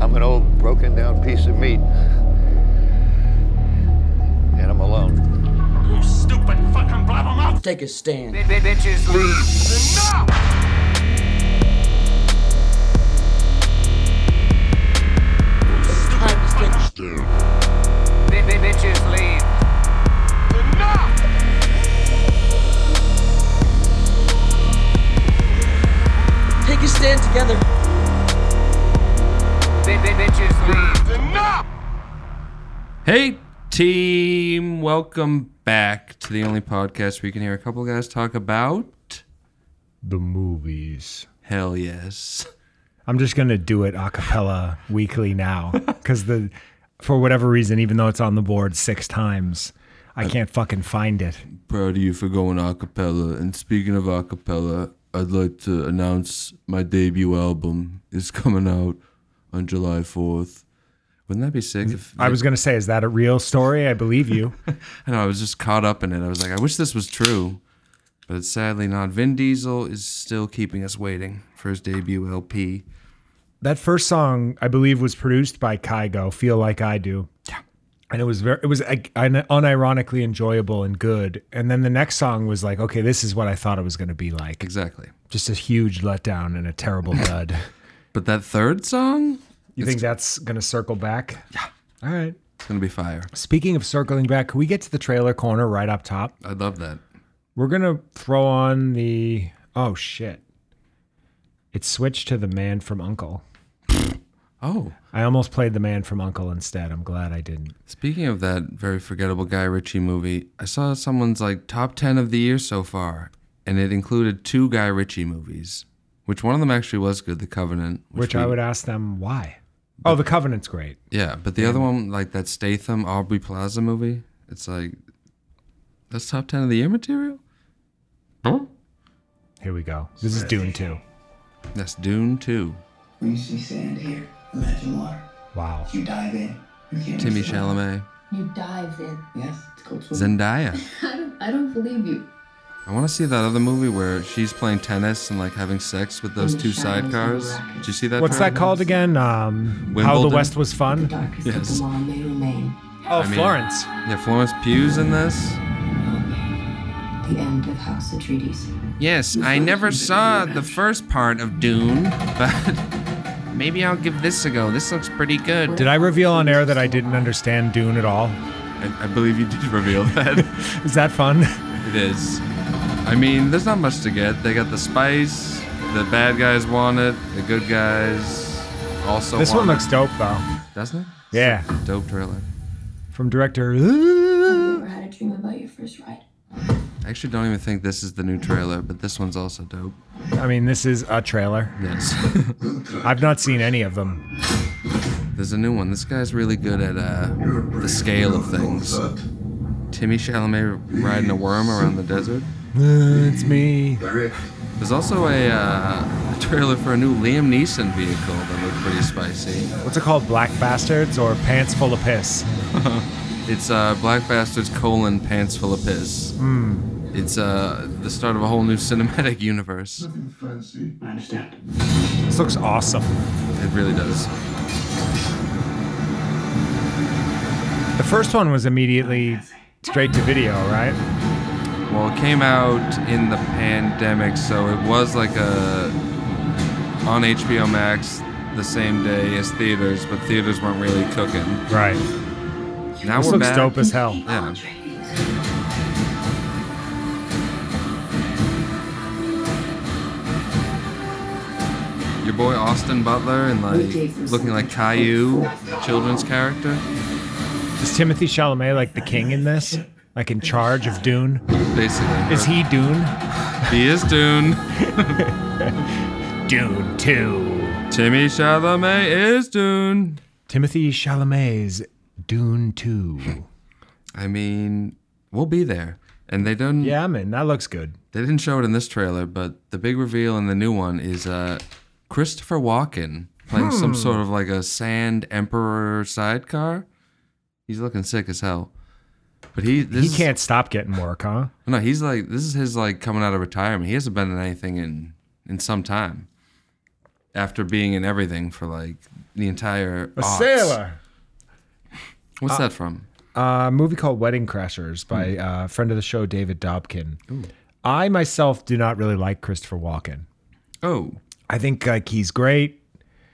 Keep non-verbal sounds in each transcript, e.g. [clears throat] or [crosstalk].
I'm an old broken down piece of meat. And I'm alone. You stupid fucking blabbermouth! Take a stand. Enough! Enough! Take a stand together. Enough! Hey, team. Welcome back to the only podcast where you can hear a couple guys talk about. the movies. Hell yes. I'm just gonna do it a cappella weekly now because the for whatever reason, even though it's on the board six times, I can't fucking find it. Proud of you for going a cappella. And speaking of a cappella, I'd like to announce my debut album is coming out on July 4th. Wouldn't that be sick? If I was gonna say, is that a real story? I believe you. I know, I was just caught up in it. I was like, I wish this was true, but it's sadly not. Vin Diesel is still keeping us waiting for his debut LP. that first song, I believe, was produced by Kygo. Feel like I do. Yeah. And it was very, it was like, un- unironically enjoyable and good. And then the next song was like, okay, this is what I thought it was gonna be like. Exactly. Just a huge letdown and a terrible dud. But that third song, you think that's gonna circle back? Yeah. All right. it's going to be fire. Speaking of circling back, can we get to the trailer corner right up top? I love that. We're gonna throw on the oh shit. It switched to the man from Uncle. Oh. I almost played the man from Uncle instead. I'm glad I didn't. Speaking of that very forgettable Guy Ritchie movie, I saw someone's like top 10 of the year so far, and it included two Guy Ritchie movies, which one of them actually was good, The Covenant. Which we- I would ask them why. Oh, the Covenant's great. Yeah, but the other one, like that Statham Aubrey Plaza movie, it's like, that's top 10 of the year material? Huh? Here we go. This is Dune 2. That's Dune 2. Greasy sand here. Imagine water. Wow. You dive in. You can't Timmy resist. Chalamet. You dived in. Yes, it's cold swimming. Zendaya. I don't, I don't believe you. I want to see that other movie where she's playing tennis and like having sex with those In the two shadows of the sidecars. racket. Did you see that? What's that trailer? called again? Um, How the Wimbledon? West Was The Fun? darkest Yes. of them all may remain. Oh, I mean- Florence. Yeah, Florence Pugh's in this. The end of House Atreides. Yes, I never saw the first part of Dune, but [laughs] maybe I'll give this a go. This looks pretty good. Did I reveal on air that I didn't understand Dune at all? I, I believe you did [laughs] reveal that. Is that fun? it is. I mean, there's not much to get. They got the spice. The bad guys want it. The good guys also. [laughs] This want one looks dope though. it. doesn't it? Yeah. Dope trailer. From director. Ever had a dream about your first ride? I actually don't even think this is the new trailer, but this one's also dope. I mean, this is a trailer. Yes. [laughs] I've not seen any of them. There's a new one. This guy's really good at uh, the scale of things. Timmy Chalamet riding a worm around the desert. It's me. There's also a, uh, a trailer for a new Liam Neeson vehicle that looked pretty spicy. What's it called? Black Bastards or Pants Full of Piss? It's uh, Black Bastards colon pants full of piss. It's uh, the start of a whole new cinematic universe. I understand. This looks awesome. It really does. The first one was immediately straight to video, right? Well, it came out in the pandemic, so it was like a on HBO Max the same day as theaters, but theaters weren't really cooking. Right. Now This we're looks back. dope as hell. Yeah. Your boy Austin Butler and like looking like Caillou, children's character. Is Timothy Chalamet like the king in this? Like in charge of Dune? Basically, Is he Dune? He is Dune. Dune 2. Timmy Chalamet is Dune. Timothy Chalamet's Dune 2. I mean, we'll be there. And they don't. Yeah, I'm in. That looks good. They didn't show it in this trailer, but the big reveal in the new one is uh, Christopher Walken playing Hmm. some sort of like a sand emperor sidecar. He's looking sick as hell. But he this He can't stop getting work, huh? Is, no, he's like this is his like coming out of retirement. He hasn't been in anything in in some time. after being in everything for like the entire A aughts. sailor. Uh, What's that from? a movie called Wedding Crashers by a uh, friend of the show, David Dobkin. I myself do not really like Christopher Walken. Oh, I think like he's great.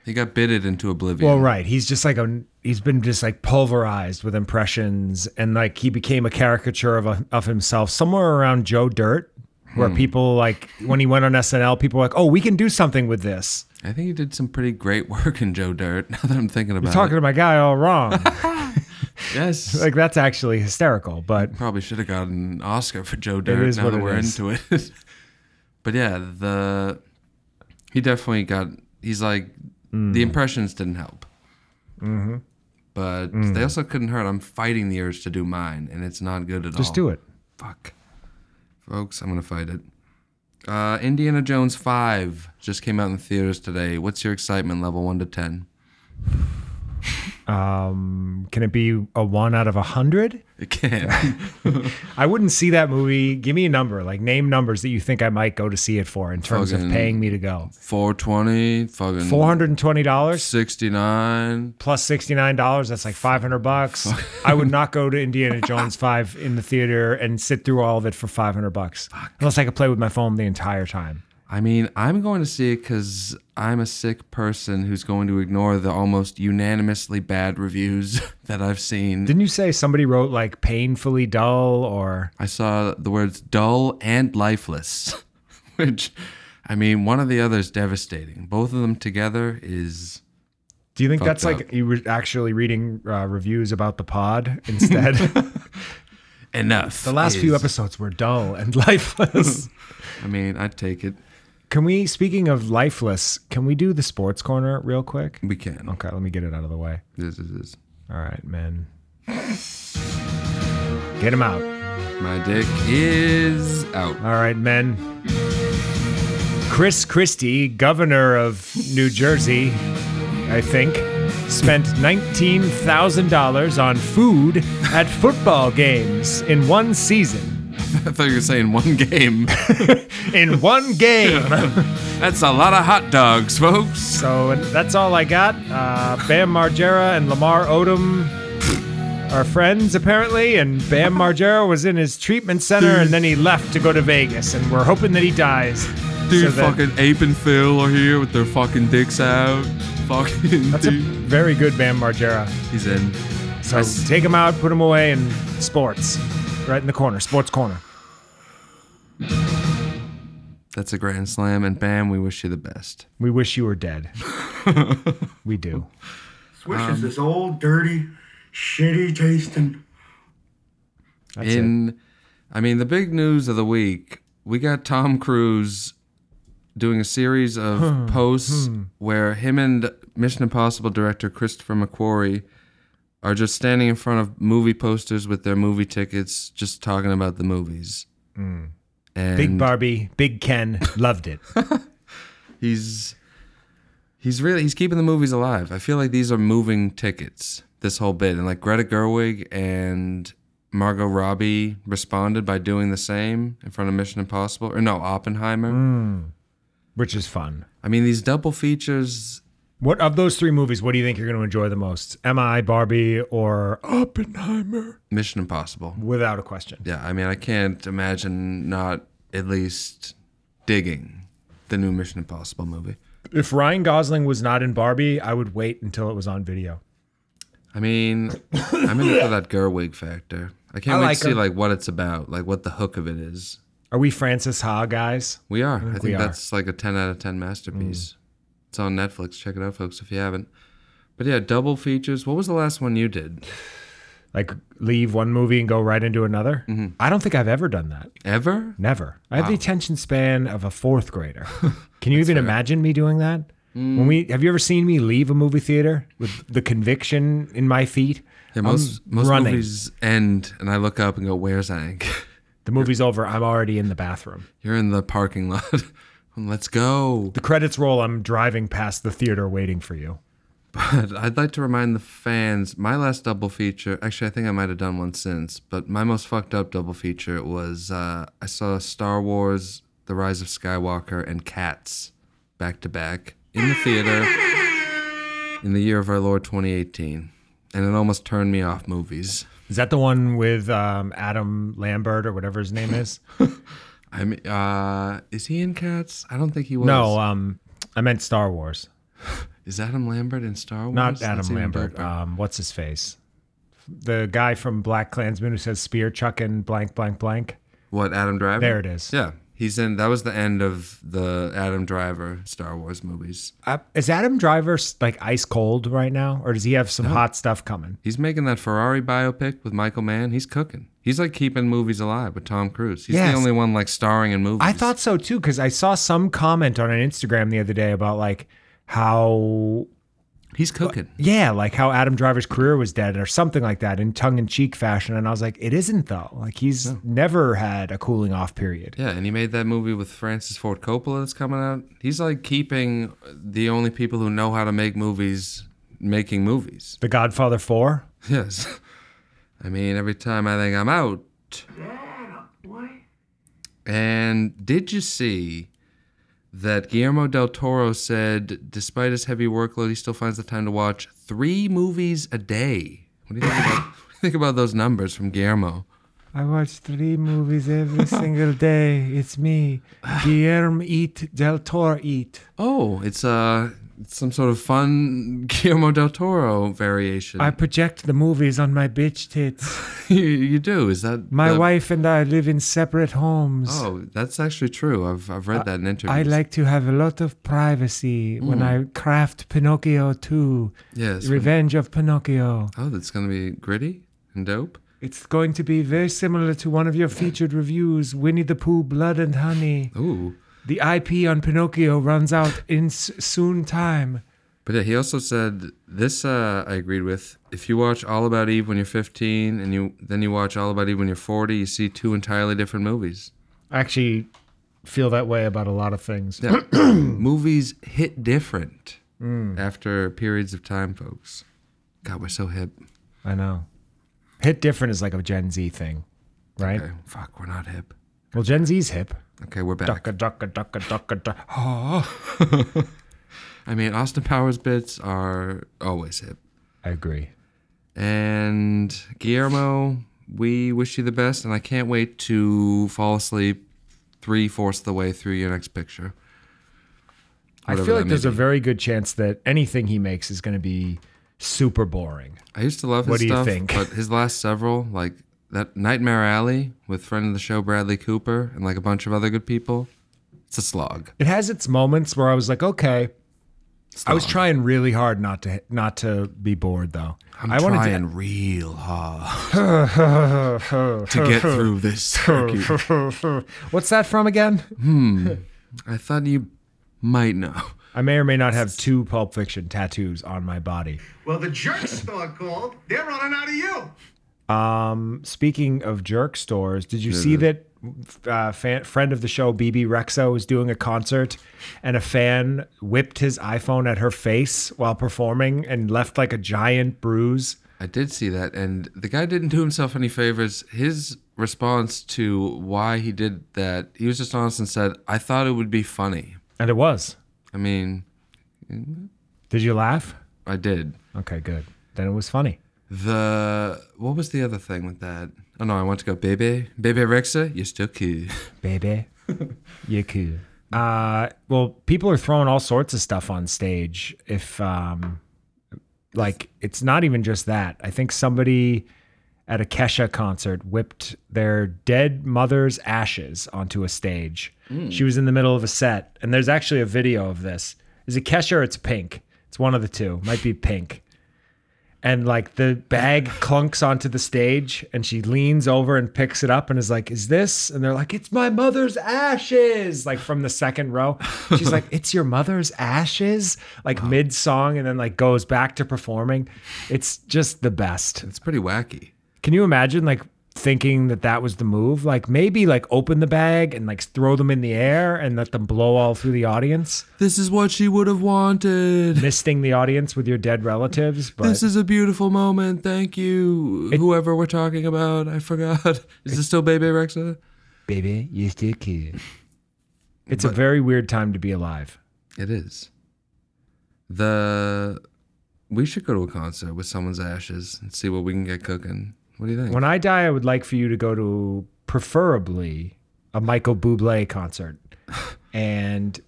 he got bitted into oblivion. Well, right, he's just like a he's been just like pulverized with impressions, and like he became a caricature of a, of himself somewhere around Joe Dirt, where people like when he went on SNL, people were like, oh, we can do something with this. I think he did some pretty great [laughs] work in Joe Dirt. Now that I'm thinking about Talking it, to my guy all wrong. [laughs] yes, like that's actually hysterical, but probably should have gotten an Oscar for Joe Dirt. is now what that it we're is. into it, [laughs] but yeah, the he definitely got. He's like Mm. the impressions didn't help, mm-hmm. but Mm. they also couldn't hurt. I'm fighting the urge to do mine, and it's not good at all. just do it. Oh, Fuck. Folks, I'm going to fight it. Uh, Indiana Jones 5 just came out in theaters today. What's your excitement level 1 to 10? Can it be a one out of a hundred? It can. [laughs] I wouldn't see that movie. Give me a number, like name numbers that you think I might go to see it for in terms of Fucking- paying me to go. 420, fucking Four hundred and twenty dollars 69. plus sixty nine dollars. That's like five hundred bucks. I would not go to Indiana Jones five in the theater and sit through all of it for five hundred bucks, unless I could play with my phone the entire time. I mean, I'm going to see it because I'm a sick person who's going to ignore the almost unanimously bad reviews [laughs] that I've seen. Didn't you say somebody wrote like painfully dull or I saw the words dull and lifeless, [laughs] which, I mean, one of the other is devastating. Both of them together is. do you think Fucked that's like you were actually reading uh, reviews about the pod [laughs] instead? the enough. last few is- episodes were dull and [laughs] lifeless. I mean, I'd take it. Can we, speaking of lifeless, can we do the sports corner real quick? We can. Okay, let me get it out of the way. This is this. All right, men. Get him out. My dick is out. All right, men. Chris Christie, governor of New Jersey, I think, spent $19,000 on food at football games in one season. I thought you were saying one [laughs] game. In one game. That's a lot of hot dogs, folks. So and that's all I got. Uh, Bam Margera and Lamar Odom are friends apparently, and Bam Margera was in his treatment center and then he left to go to Vegas, and we're hoping that he dies. Dude, that- fucking Ape and Phil are here with their fucking dicks out. [laughs] Fucking That's a dude. very good Bam Margera. He's in. So take him out, put him away, and sports, right in the corner, sports corner. That's a grand slam, and bam, we wish you the best. We wish you were dead. we do. Swish is this old, dirty, shitty tasting. That's it. in, I mean, the big news of the week, we got Tom Cruise doing a series of posts where him and Mission Impossible director Christopher McQuarrie are just standing in front of movie posters with their movie tickets, just talking about the movies. Mm. And Big Barbie, Big Ken loved it. he's he's really he's keeping the movies alive. I feel like these are moving tickets. This whole bit and like Greta Gerwig and Margot Robbie responded by doing the same in front of Mission Impossible or no Oppenheimer. Mm. Which is fun. I mean these double features. What of those three movies? What do you think you're going to enjoy the most? Mi, Barbie, or Oppenheimer? Mission Impossible. Without a question. Yeah, I mean I can't imagine not at least digging the new Mission Impossible movie. If Ryan Gosling was not in Barbie, I would wait until it was on video. I mean, I'm in it [coughs] for that Gerwig factor. I can't I wait like to see her. like what it's about, like what the hook of it is. Are we Francis Ha guys? We are. I think, we are. Mm. that's like a 10 out of 10 masterpiece. It's on Netflix. Check it out, folks, if you haven't. But yeah, double features. What was the last one you did? Like leave one movie and go right into another? Mm-hmm. I don't think I've ever done that. Ever? Never. I have the attention span of a fourth [laughs] grader. Can you even imagine me doing that? Mm. When we have you ever seen me leave a movie theater with the conviction in my feet? Yeah, most I'm most running. movies end, and I look up and go, "Where's Hank? [laughs] The movie's over. I'm already in the bathroom. You're in the parking lot. [laughs] Let's go." The credits roll. I'm driving past the theater waiting for you. But I'd like to remind the fans my last double feature, actually, I think I might have done one since, but my most fucked up double feature was uh, I saw Star Wars The Rise of Skywalker and Cats back to back in the theater in the year of our Lord 2018, and it almost turned me off movies. Is that the one with um, Adam Lambert or whatever his name [laughs] is? I mean, uh, is he in Cats? I don't think he was. no, um, I meant Star Wars, is Adam Lambert in Star Wars? not That's Adam even Lambert. doper. Um, what's his face? The guy from Black Klansman who says spear chucking blank blank blank. What Adam Driver? There it is. Yeah, he's in. That was the end of the Adam Driver Star Wars movies. Uh, is Adam Driver s- like ice cold right now, or does he have some hot stuff coming? He's making that Ferrari biopic with Michael Mann. He's cooking. He's like keeping movies alive with Tom Cruise. He's Yes. the only one like starring in movies. I thought so too because I saw some comment on an Instagram the other day about like how he's cooking. yeah, like how Adam Driver's career was dead or something like that in tongue in cheek fashion, and I was like, it isn't though. Like he's never had a cooling off period. Yeah, and he made that movie with Francis Ford Coppola that's coming out. He's like keeping the only people who know how to make movies making movies. The Godfather Four. Yes. [laughs] I mean, every time I think I'm out. And did you see that Guillermo del Toro said, despite his heavy workload, he still finds the time to watch three movies a day? What do you think about, [laughs] what do you think about those numbers from Guillermo? I watch three movies every [laughs] single day. It's [sighs] me, Guillermo Eat Del Toro Eat. Oh, it's uh, it's some sort of fun [laughs] Guillermo del Toro variation. project the movies on my bitch [laughs] tits. [laughs] you, you do. Is that the- wife and I live in separate homes. Oh, that's actually true. I've I've read that in interviews. I like to have a lot of privacy when I craft Pinocchio 2, yes. Revenge of Pinocchio. oh, that's gonna be gritty and dope. It's going to be very similar to one of your featured reviews, Winnie the Pooh, Blood and Honey. Ooh, The IP on Pinocchio runs out in s- soon time. but yeah, he also said this. Uh, I agreed with. If you watch All About Eve when you're 15, and you then you watch All About Eve when you're 40, you see two entirely different movies. I actually feel that way about a lot of things. Yeah, movies hit different after periods of time, folks. God, we're so hip. I know. Hit different is like a Gen Z thing, right? Okay, fuck, we're not hip. Well, Gen Z's hip. Okay, we're back. Ducka, ducka, ducka, ducka, ducka. I mean, Austin Powers bits are always hip. I agree. And Guillermo, we wish you the best, and I can't wait to fall asleep three fourths of the way through your next picture. I Whatever feel that like may there's a be. very good chance that anything he makes is going to be super boring. I used to love his What do you stuff, think? but his last several, like that Nightmare Alley with friend of the show Bradley Cooper and like a bunch of other good people, it's a slog. It has its moments where I was like, okay. I was Slog. trying really hard not to not to be bored though. I'm I wanted trying real hard to [laughs] get through this. turkey. to. [laughs] What's that from again? I thought you might know. I may or may not have two Pulp Fiction tattoos on my body. Well, the jerk store called. They're running out of you. Speaking of jerk stores, did you see that Mm-hmm. uh, fan, friend of the show BB Rexo was doing a concert, and a fan whipped his iPhone at her face while performing and left like a giant bruise? I did see that, and the guy didn't do himself any favors. His response to why he did that, he was just honest and said, "I thought it would be funny." And it was. I mean, Did you laugh? I did. Okay, good. Then it was funny. The what was the other thing with that? Oh no, I want to go, baby, baby Rexa, you're still cute. [laughs] baby. you cool. Uh, well, people are throwing all sorts of stuff on stage. If um, like it's not even just that. I think somebody at a Kesha concert whipped their dead mother's ashes onto a stage. She was in the middle of a set, and there's actually a video of this. Is it Kesha or it's Pink? It's one of the two. Might be Pink and like the bag clunks onto the stage and she leans over and picks it up and is like is this and they're like it's my mother's ashes like from the second row she's like it's your mother's ashes like mid song and then like goes back to performing it's just the best [laughs] It's pretty wacky. can you imagine like thinking that that was the move like maybe like open the bag and like throw them in the air and let them blow all through the audience [laughs] This is what she would have wanted. misting the audience with your dead relatives but This is a beautiful moment. Thank you, whoever we're talking about. I forgot. Is this still Baby Rexa? baby, you still cute. It's a very weird time to be alive. It is. The we should go to a concert with someone's ashes and see what we can get cooking. What do you think? When I die, I would like for you to go to preferably a Michael [laughs] Bublé concert and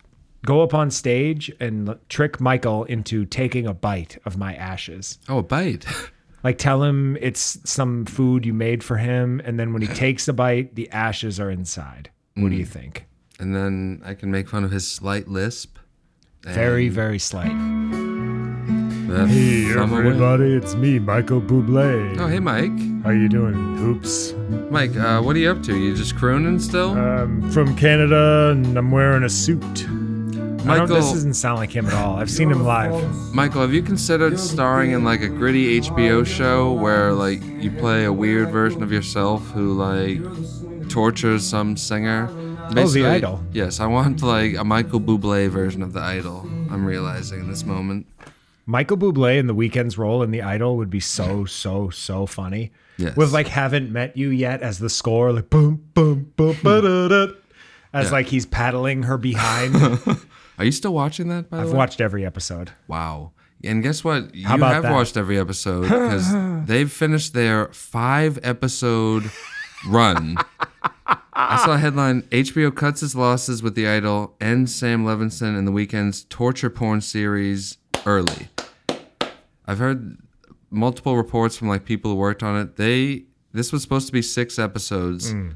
go up on stage and l- trick Michael into taking a bite of my ashes. oh, a bite. [laughs] Like tell him it's some food you made for him, and then when [sighs] he takes a bite, the ashes are inside. What do you think? and then I can make fun of his slight lisp. and Very, very slight. [laughs] that's summer wind. it's me, Michael Bublé. Oh, hey, Mike. How you doing? Hoops. Mike, uh, what are you up to? You just crooning still? I'm from Canada and I'm wearing a suit. I don't, Michael, this doesn't sound like him at all. I've seen him live. Michael, have you considered starring in like a gritty HBO show where like you play a weird version of yourself who like tortures some singer? Basically- Oh, Idol. Yes, I want like a Michael Bublé version of The Idol. I'm realizing in this moment. Michael Bublé in The Weeknd's role in The Idol would be so, so, so funny. Yes. With like haven't met you yet as the score, like boom, boom, boom, ba-da-da, as like he's paddling [laughs] her behind. Are you still watching that? By the I've way, watched every episode. Wow. And guess what? You about have that? watched every episode [laughs] because they've finished their five episode run. I saw a headline HBO cuts its losses with The Idol and Sam Levinson in the weekend's torture porn series early. I've heard multiple reports from like people who worked on it. They this was supposed to be six episodes. Hmm.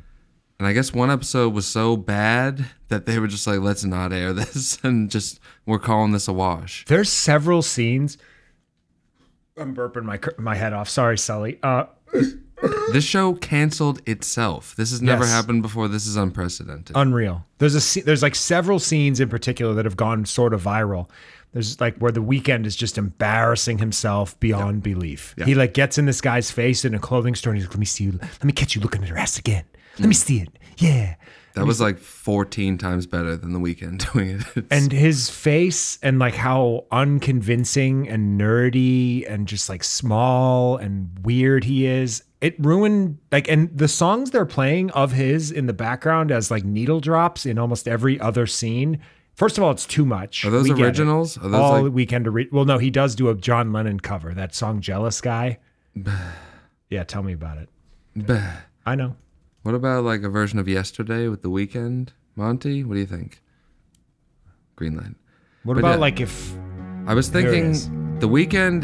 And I guess one episode was so bad that they were just like, let's not air this [laughs] and just we're calling this a wash. There's several scenes. I'm burping my cur- my head off. Sorry, Sully. Uh, This show canceled itself. This has never Yes. Uh, happened before. This is unprecedented. unreal. There's a sce- there's like several scenes in particular that have gone sort of viral. There's like where the weekend is just embarrassing himself beyond belief. He like gets in this guy's face in a clothing store and he's like, "Let me see you. Let me catch you looking at her ass again. Let me see it. Yeah." that was like 14 times better than the weekend [laughs] doing it. It's- And his face and like how unconvincing and nerdy and just like small and weird he is. It ruined like and the songs they're playing of his in the background as like needle drops in almost every other scene. First of all, it's too much. are those We get it. originals? Are those all like, weekend to read. Well, no, he does do a John Lennon cover. That song [sighs] "Jealous Guy." yeah, tell me about it. Bleh. I know. what about like a version of yesterday with the weekend? Monty, what do you think? Greenland. What But about yeah. like if I was it is. thinking the weekend,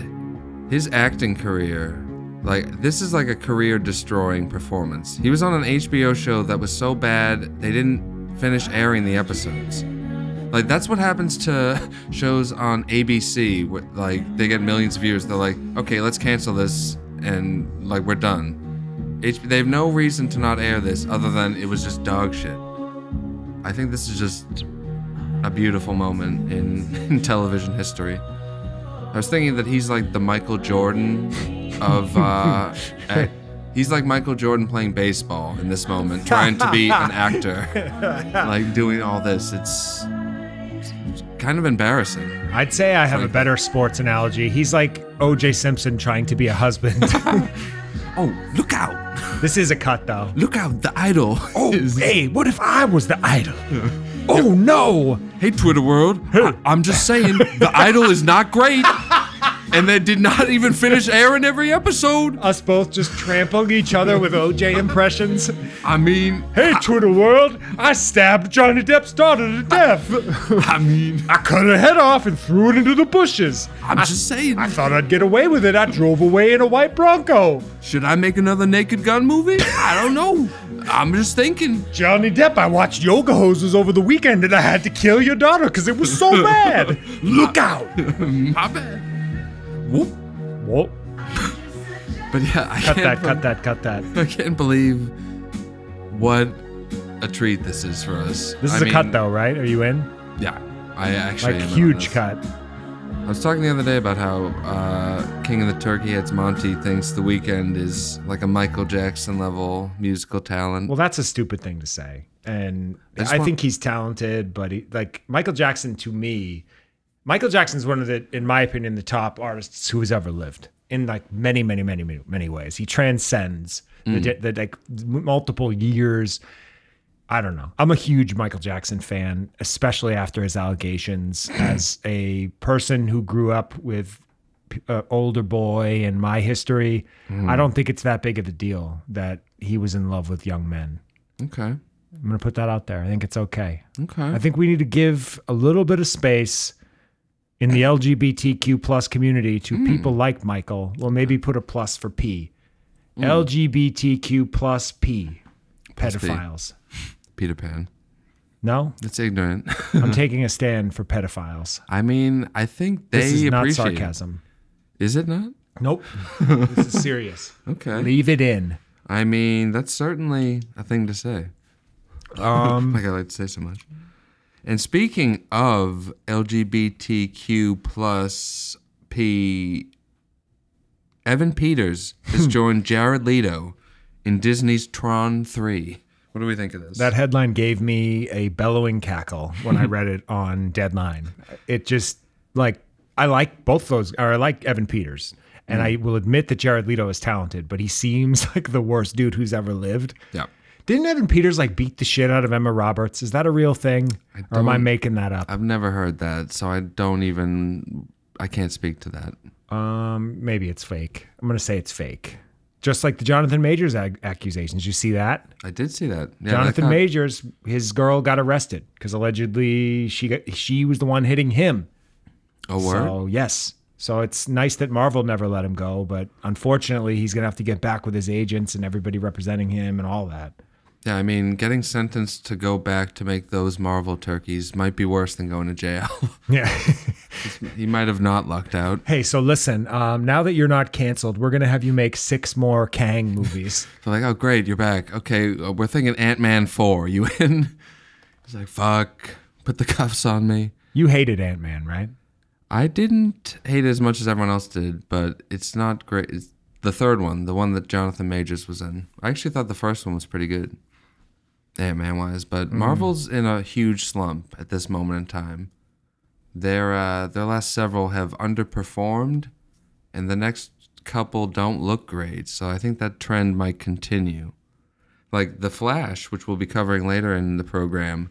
his acting career, like this is like a career destroying performance. He was on an HBO show that was so bad they didn't finish airing the episodes. Like that's what happens to [laughs] shows on ABC. Where, like they get millions of views. They're like, okay, let's cancel this and like we're done. H- they have no reason to not air this other than it was just dog shit. I think this is just a beautiful moment in, [laughs] in television history. I was thinking that he's like the Michael Jordan of. Uh, ac- he's like Michael Jordan playing baseball in this moment, trying to be an actor, like doing all this. It's, it's kind of embarrassing. I'd say I have a better sports analogy. He's like O.J. Simpson trying to be a [laughs] husband. Oh, look out! this is a cut though. Look out! The idol. Oh, Hey, what if I was the [laughs] idol? oh no! Hey, Twitter world. I- I'm just saying, the idol is not great. And they did not even finish airing every episode. Us both just trampling each other with O.J. impressions. I mean, Hey, Twitter world! I stabbed Johnny Depp's daughter to [laughs] death. I mean, I cut her head off and threw it into the bushes. I'm just saying. I thought I'd get away with it. I drove away in a white Bronco. Should I make another Naked Gun movie? I don't know. I'm just thinking. Johnny Depp, I watched yoga hoses over the weekend and I had to kill your daughter because it [laughs] was so bad. Look out. My bad. Whoop. Whoa. But yeah, I Cut can't. that, cut that, cut that. I can't believe what a treat this is for us. This I is a mean, cut though, right? Are you in? Yeah, I actually Like am in on huge this. cut. I was talking the other day about how uh, King of the Turkey Heads Monty thinks The Weeknd is like a Michael Jackson level musical talent. Well, that's a stupid thing to say. And I just I, want- think he's talented, but he, like Michael Jackson to me, Michael Jackson's one of the, in my opinion, the top artists who has ever lived in like many, many, many, many, many ways. He transcends the, di- the like multiple years. I don't know. I'm a huge Michael Jackson fan, especially after his allegations as a person who grew up with p- uh, older boy and my history. I don't think it's that big of a deal that he was in love with young men. Okay. I'm going to put that out there. I think it's okay. Okay. I think we need to give a little bit of space in the LGBTQ plus community to Hmm. people like Michael. Well, maybe put a plus for P. Hmm. LGBTQ plus P. Pedophiles. Peter Pan. [laughs] No, That's [laughs] ignorant. I'm taking a stand for pedophiles. I mean, I think they This is not appreciate. sarcasm. Is it not? [laughs] Nope. this is serious. Okay. Leave it in. I mean, that's certainly a thing to say. Um, [laughs] Like I like to say so much. And speaking of LGBTQ plus P, Evan Peters has [laughs] joined Jared Leto in Disney's Tron 3. What do we think of this? That headline gave me a bellowing cackle when I read it on Deadline. It just like I like both those, or I like Evan Peters, and I will admit that Jared Leto is talented, but he seems [laughs] like the worst dude who's ever lived. yeah. Didn't Evan Peters like beat the shit out of Emma Roberts? Is that a real thing, or am I don't- making that up? I've never heard that, so I don't even. I can't speak to that. Um, maybe it's fake. I'm gonna say it's fake. Just like the Jonathan Majors ag- accusations, you see that? I did see that. Yeah, Jonathan that got- Majors, his girl got arrested because allegedly she got, she was the one hitting him. A word? So yes. So it's nice that Marvel never let him go, but unfortunately, he's gonna have to get back with his agents and everybody representing him and all that. Yeah, I mean, getting sentenced to go back to make those Marvel turkeys might be worse than going to jail. [laughs] Yeah. he might have not lucked out. [laughs] hey, so listen. Um, now that you're not canceled, we're gonna have you make six more Kang [laughs] movies. So like, oh great, you're back. Okay, uh, we're thinking Ant Man four. You in? [laughs] He's like, fuck. Put the cuffs on me. you hated Ant Man, right? I didn't hate it as much as everyone else did, but it's not great. It's the third one, the one that Jonathan Majors was in. I actually thought the first one was pretty good, Ant Man wise. But Marvel's in a huge slump at this moment in time. Their uh, their last several have underperformed, and the next couple don't look great. So I think that trend might continue. Like the Flash, which we'll be covering later in the program,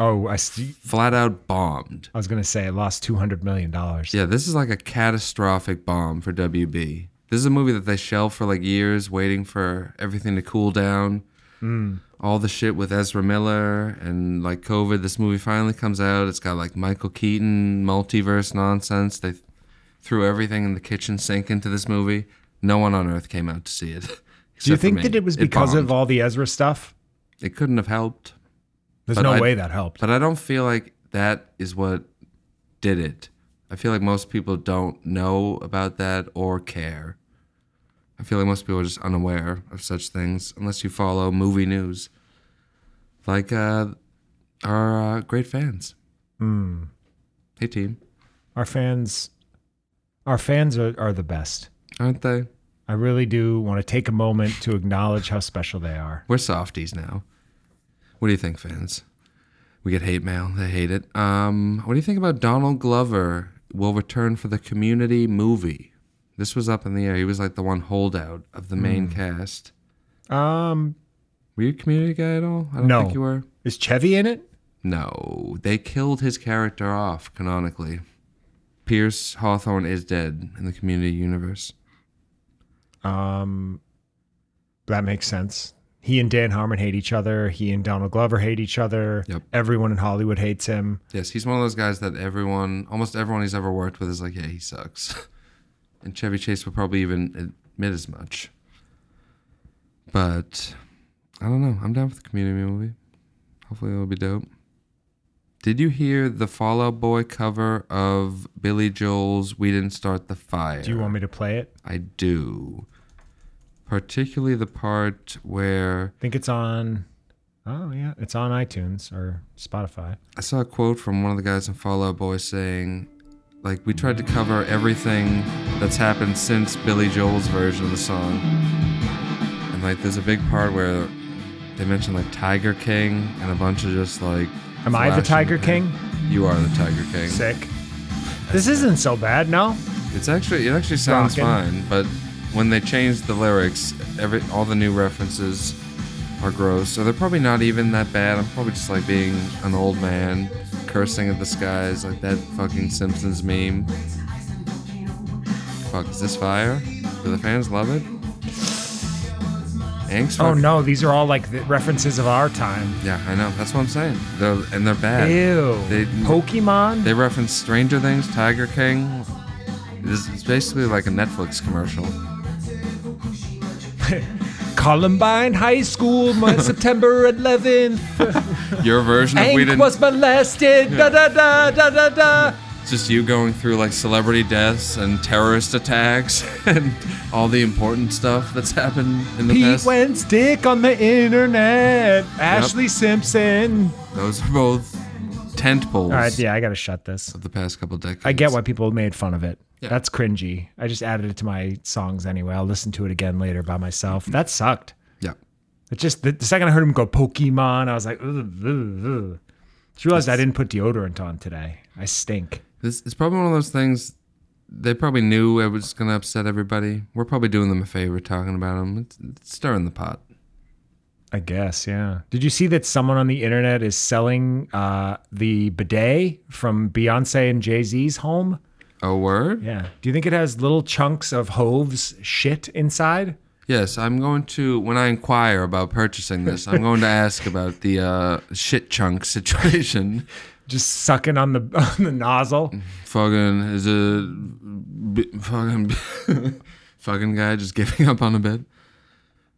Oh, I see. flat out bombed. I was gonna say I lost two hundred million dollars. Yeah, this is like a catastrophic bomb for WB. This is a movie that they shelved for like years, waiting for everything to cool down. Hmm. All the shit with Ezra Miller and like COVID. This movie finally comes out. It's got like Michael Keaton multiverse nonsense. They threw everything in the kitchen sink into this movie. No one on earth came out to see it. [laughs] Do you except for think me. that it was because of bombed. all the Ezra stuff? It couldn't have helped. There's But no I- way that helped. But I don't feel like that is what did it. I feel like most people don't know about that or care. I feel like most people are just unaware of such things unless you follow movie news. Like uh, our uh, great fans. Hey, team. Our fans, our fans are, are the best. Aren't they? I really do want to take a moment to acknowledge how special they are. We're softies now. What do you think, fans? We get hate mail. They hate it. Um, what do you think about Donald Glover will return for the Community movie? This was up in the air. He was like the one holdout of the main cast. Um, Were you a Community guy at all? I don't No. think you were. is Chevy in it? No, they killed his character off canonically. Pierce Hawthorne is dead in the Community universe. Um, that makes sense. He and Dan Harmon hate each other. He and Donald Glover hate each other. Yep. Everyone in Hollywood hates him. Yes, he's one of those guys that everyone, almost everyone he's ever worked with, is like, yeah, he sucks. [laughs] and Chevy Chase would probably even admit as much. But I don't know. I'm down for the community movie. Hopefully, it'll be dope. Did you hear the Fallout Boy cover of Billy Joel's "We Didn't Start the Fire"? Do you want me to play it? I do. Particularly the part where I think it's on. Oh yeah, it's on iTunes or Spotify. I saw a quote from one of the guys in Fall Out Boy saying, like, we tried to cover everything that's happened since Billy Joel's version of the song. And, like, there's a big part where they mention, like, Tiger King and a bunch of just, like. Am I the flashing Tiger thing. King? You are the Tiger King. Sick. This isn't so bad, no. It's actually, it actually sounds Rockin'. fine, but when they changed the lyrics, every all the new references are gross. So they're probably not even that bad. I'm probably just like being an old man cursing at the skies like that fucking Simpsons meme. Fuck, is this fire? Do the fans love it? Angst? Oh fuck- no, these are all like the references of our time. Yeah, I know. That's what I'm saying. They're, and they're bad. Ew. They- Pokemon? They reference Stranger Things, Tiger King. This is basically like a Netflix commercial. Columbine High [laughs] School, my September 11th. Your version of we Hank didn't. was molested. Da da da da da da. It's just you going through like celebrity deaths and terrorist attacks [laughs] and all the important stuff that's happened in the Pete past. went stick on the internet. Ashley Simpson. Those are both tent poles All right, yeah, I gotta shut this. of the past couple decades. I get why people made fun of it. Yeah. That's cringy. I just added it to my songs anyway. I'll listen to it again later by myself. That sucked. Yeah. It just the, the second I heard him go Pokemon, I was like, ugh, ugh, ugh. just realized I didn't put deodorant on today. I stink. This it's probably one of those things they probably knew it was going to upset everybody. We're probably doing them a favor talking about them. It's, it's stirring the pot. I guess, yeah. Did you see that someone on the internet is selling uh, the bidet from Beyonce and Jay Z's home? A word? Yeah. Do you think it has little chunks of Hove's shit inside? Yes, I'm going to when I inquire about purchasing this, I'm going to ask about the uh, shit chunk situation. Just sucking on the [laughs] on the nozzle. fucking is a b- fucking [laughs] fucking guy just giving up on a bed.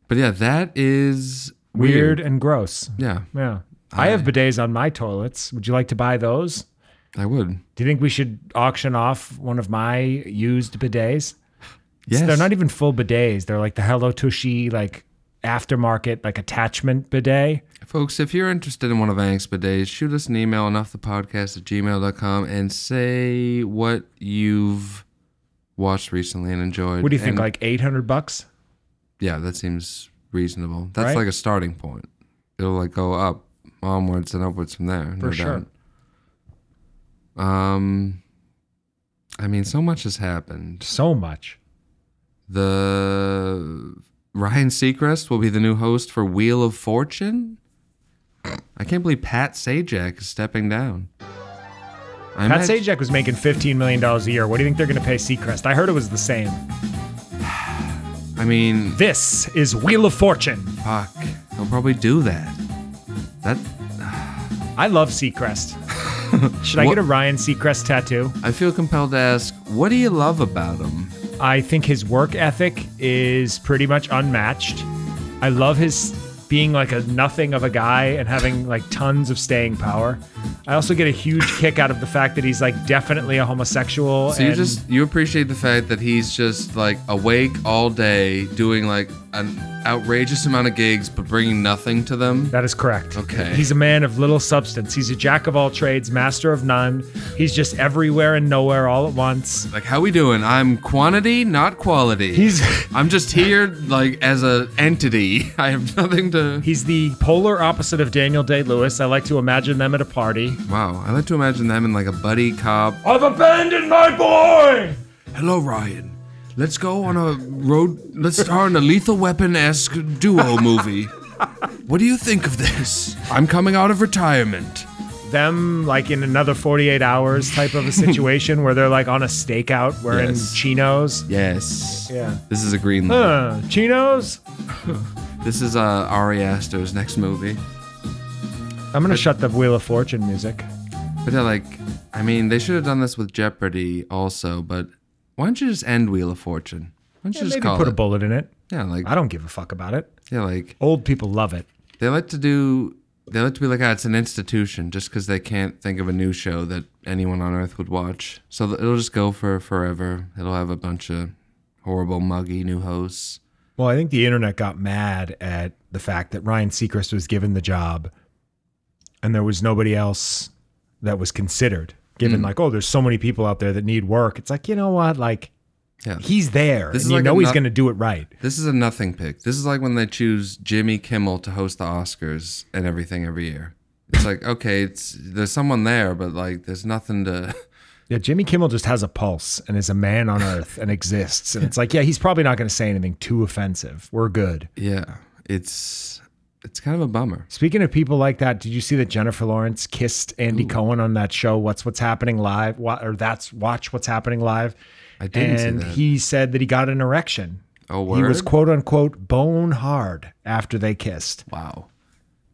But yeah, that is Weird weird. and gross. Yeah, Yeah. I have bidets on my toilets. Would you like to buy those? I would. Do you think we should auction off one of my used bidets? Yes, They're not even full bidets. They're like the Hello Tushy like aftermarket like attachment bidet. folks. If you're interested in one of Ang's bidets, shoot us an email enough the podcast at gmail.com and say what you've watched recently and enjoyed. What do you think? And- Like 800 bucks? yeah, that seems reasonable. That's Right? like a starting point. It'll like go up onwards and upwards from there. For no sure. Doubt. Um, I mean, so much has happened. So much. The Ryan Seacrest will be the new host for Wheel of Fortune. I can't believe Pat Sajak is stepping down. I Pat imagine- Sajak was making $15 million a year. What do you think they're going to pay Seacrest? I heard it was the same. I mean, This is Wheel of Fortune. fuck. He'll probably do that. That I love Seacrest. [laughs] Should I What- get a Ryan Seacrest tattoo? I feel compelled to ask, what do you love about him? I think his work ethic is pretty much unmatched. I love his being like a nothing of a guy and having like tons of staying power. I also get a huge kick out of the fact that he's like definitely a homosexual. So you and just you appreciate the fact that he's just like awake all day doing like an outrageous amount of gigs but bringing nothing to them. that is correct. Okay. He's a man of little substance. He's a jack of all trades, master of none. He's just everywhere and nowhere all at once. Like how we doing? I'm quantity, not quality. He's [laughs] I'm just here like as a entity. [laughs] I have nothing to he's the polar opposite of Daniel Day Lewis. I like to imagine them at a party. Wow, I like to imagine them in like a buddy cop. I've abandoned my boy. Hello Ryan. Let's go on a road let's star in a lethal weapon esque [laughs] duo movie. What do you think of this? I'm coming out of retirement. them like in another 48 hours type of a situation where they're like on a stakeout wearing Yes. chinos. Yes. Yeah. This is a green light. Huh, chinos? This is uh, Ari Aster's next movie. I'm gonna shut the Wheel of Fortune music. But they're like, I mean, they should have done this with Jeopardy also, but why don't you just end Wheel of Fortune? Why don't you just maybe call put a it? bullet in it. yeah, like I don't give a fuck about it. yeah, like Old people love it. they like to do. They like to be like, ah, it's an institution, just because they can't think of a new show that anyone on earth would watch. So th- it'll just go for forever. It'll have a bunch of horrible, muggy new hosts. Well, I think the internet got mad at the fact that Ryan Seacrest was given the job and there was nobody else that was considered. Mm. Given like, oh, there's so many people out there that need work. It's like, you know what? Like Yeah. he's there. This This is and you like know a he's nut- gonna do it right. This is a nothing pick. This is like when they choose Jimmy Kimmel to host the Oscars and everything every year. It's like okay, it's there's someone there, but like there's nothing to. [laughs] Yeah, Jimmy Kimmel just has a pulse and is a man on earth [laughs] and exists. And it's like, yeah, he's probably not going to say anything too offensive. We're good. Yeah, it's it's kind of a bummer. Speaking of people like that, did you see that Jennifer Lawrence kissed Andy Cohen on that show? What's what's happening live? Wa- or that's watch what's happening live. I didn't see and that. he said that he got an erection. Oh, He was word? quote unquote bone hard after they kissed. Wow.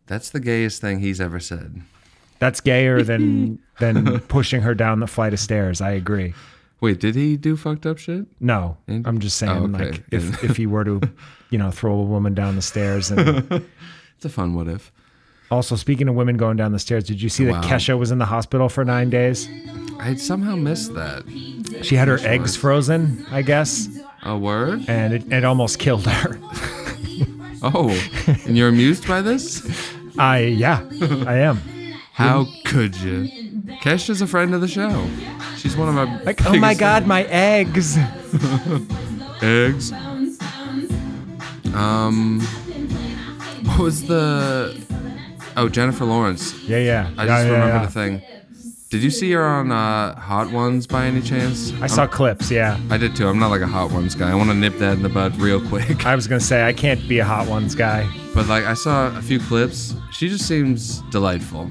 That's the gayest thing he's ever said. That's gayer [laughs] than than pushing her down the flight of stairs. I agree. Wait, did he do fucked up shit? No, Andy- I'm just saying, Oh, okay. like if if he [laughs] were to, you know, throw a woman down the stairs. And It's a fun what if. also, speaking of women going down the stairs, did you see that Wow. Kesha was in the hospital for nine days? I somehow missed that. She had her eggs frozen, I guess, A word? and it, it almost killed her. [laughs] Oh, and you're amused by this? I yeah, I am. How could you? Kesha's a friend of the show. She's one of our Like oh my biggest god, my eggs. eggs. Um, what was the? Oh, Jennifer Lawrence. Yeah yeah. I yeah, just yeah, remembered yeah. a thing. Did you see her on uh, Hot Ones by any chance? I saw clips. Yeah, I did too. I'm not like a Hot Ones guy. I want to nip that in the bud real quick. I was gonna say I can't be a hot ones guy. [laughs] But like, I saw a few clips. She just seems delightful.